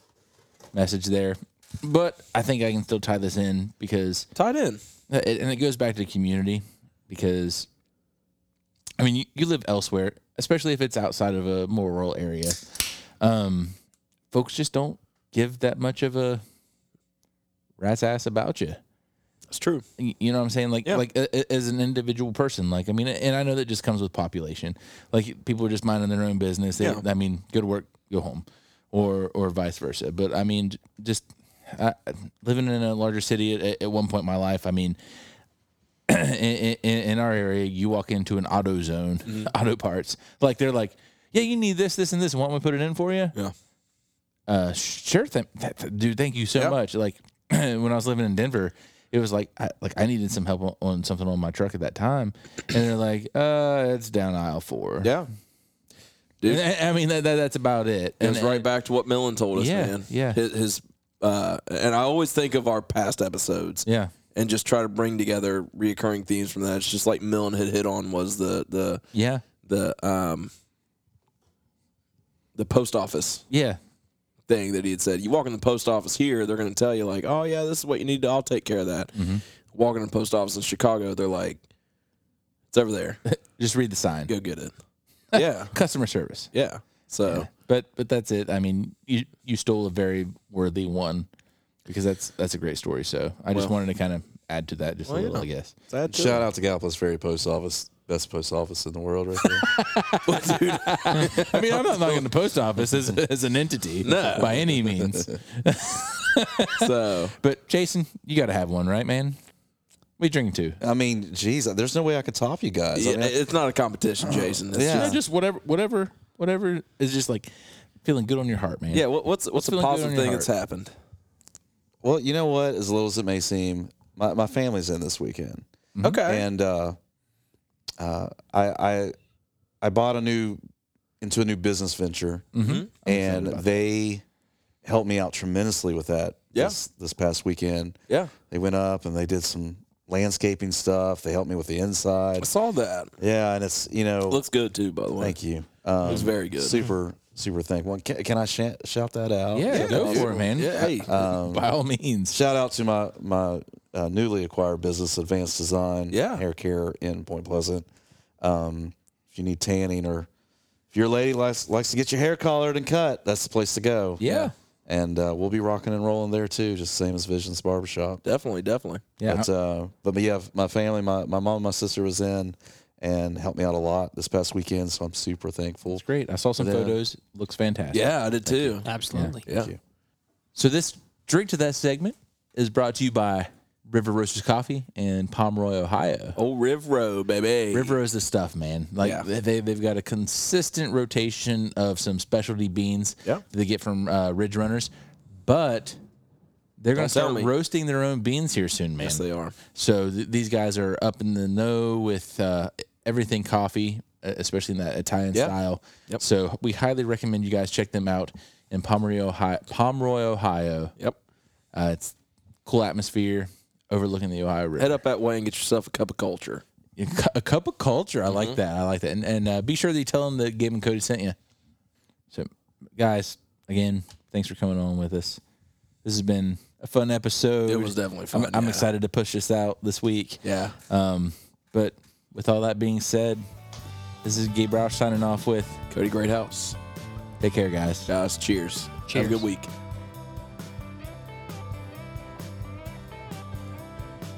D: message there. But I think I can still tie this in because
C: tied in.
D: Uh, it- and it goes back to community because i mean you, you live elsewhere especially if it's outside of a more rural area um folks just don't give that much of a rat's ass about you
C: It's true.
D: Y- you know what I'm saying? Like,
C: Yeah.
D: like a, a- as an individual person, like, I mean, and I know that just comes with population. Like, people are just minding their own business. They,
C: Yeah.
D: I mean, go to work, go home, or or vice versa. But I mean, j- just I, living in a larger city at, at one point in my life, I mean, in, in, in our area, you walk into an auto zone,
C: Mm-hmm.
D: auto parts, like they're like, yeah, you need this, this, and this. Want me to put it in for you?
C: Yeah.
D: uh, sure, th- th- th- dude, thank you so
C: Yeah.
D: much. Like when I was living in Denver, it was like I, like I needed some help on, on something on my truck at that time, and they're like, uh, it's down aisle four.
A: Yeah.
D: And I, I mean that, that that's about it.
C: And it's right back to what Millen told us,
D: Yeah,
C: man.
D: yeah.
C: His, his uh, and I always think of our past episodes.
D: Yeah.
C: And just try to bring together reoccurring themes from that. It's just like Millen had hit on was the the
D: Yeah.
C: the um the post office
D: Yeah.
C: thing that he had said. You walk in the post office here, they're going to tell you like, "Oh yeah, this is what you need. To, I'll take care of that."
D: Mm-hmm.
C: Walking in the post office in Chicago, they're like, "It's over there.
D: Just read the sign.
C: Go get it." yeah,
D: Customer service.
C: yeah. So
D: But but that's it. I mean, you you stole a very worthy one because that's that's a great story. So I just wanted to kind of add to that just a little, I guess.
C: that's
A: Shout out to Galapagos Ferry Post Office. Best post office in the world, right there.
D: I mean, I'm not knocking the post office as, as an entity
C: No.
D: by any means.
C: So
D: But Jason, you got to have one, right, man? We drink two.
A: I mean, geez, there's no way I could top you guys. I
C: yeah,
A: mean,
C: it's not a competition, Jason. It's
A: Yeah.
C: just-
D: No, just whatever, whatever, whatever is just like feeling good on your heart, man.
C: Yeah, what, what's what's a
D: feeling good on
C: positive
D: your
C: thing
D: heart?
C: that's happened?
A: well, you know what? As little as it may seem, my, my family's in this weekend.
C: Mm-hmm. Okay.
A: and uh, uh, I, I I bought a new into a new business venture,
C: Mm-hmm.
A: and they helped me out tremendously with that.
C: Yeah.
A: This, this past weekend,
C: yeah,
A: they went up and they did some landscaping stuff. They helped me with the
C: I
A: inside.
C: saw that.
A: Yeah, and it's you know,
C: Looks good too, by the way.
A: thank you. Um,
C: Looks very good.
A: Super super thankful. And Can, can I sh- shout that out?
D: yeah, go
C: dude.
D: for it, man.
C: Yeah, Uh, hey,
D: By all means.
A: Shout out to my my uh, newly acquired business, Advanced Design
C: Yeah.
A: Hair Care in Point Pleasant. Um, if you need tanning or if your lady likes likes to get your hair collared and cut, that's the place to go.
D: Yeah.
A: and uh, we'll be rocking and rolling there too, just same as Visions Barbershop.
C: definitely, definitely.
D: Yeah.
A: But, uh, but yeah, my family, my my mom, and my sister was in and helped me out a lot this past weekend, so I'm super thankful.
D: It's great. I saw some photos. Looks fantastic.
C: Yeah, I did too.
B: Absolutely.
C: Yeah.
A: you.
D: So this drink to that segment is brought to you by River Roasters Coffee in Pomeroy, Ohio.
C: Old Riv Row, baby.
D: River is the stuff, man. Like
C: Yeah.
D: they- they they've got a consistent rotation of some specialty beans
C: Yeah.
D: that they get from uh, Ridge Runners, but they're going to
C: Don't tell
D: start
C: me.
D: roasting their own beans here soon, man.
C: Yes, they are.
D: So th- these guys are up in the know with uh, everything coffee, uh, especially in that Italian
C: Yeah.
D: style. So we highly recommend you guys check them out in Pomeroy, Ohio. Pomeroy, Ohio.
C: Yep.
D: Uh, it's cool atmosphere overlooking the Ohio River.
C: Head up that way and get yourself a cup of culture.
D: A cu- A cup of culture. I
C: Mm-hmm.
D: like that. I like that. And, and uh, be sure that you tell them that Gabe and Cody sent you. So, guys, again, thanks for coming on with us. This has been a fun episode.
C: It was definitely fun,
D: I'm, I'm
C: yeah.
D: excited to push this out this week.
C: Yeah.
D: Um, but with all that being said, this is Gabe Roush signing off with
C: Cody Great House.
D: Take Care, guys.
C: Guys, cheers. Have
B: Cheers.
C: a good week.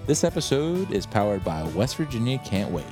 D: This episode is powered by West Virginia Can't Wait.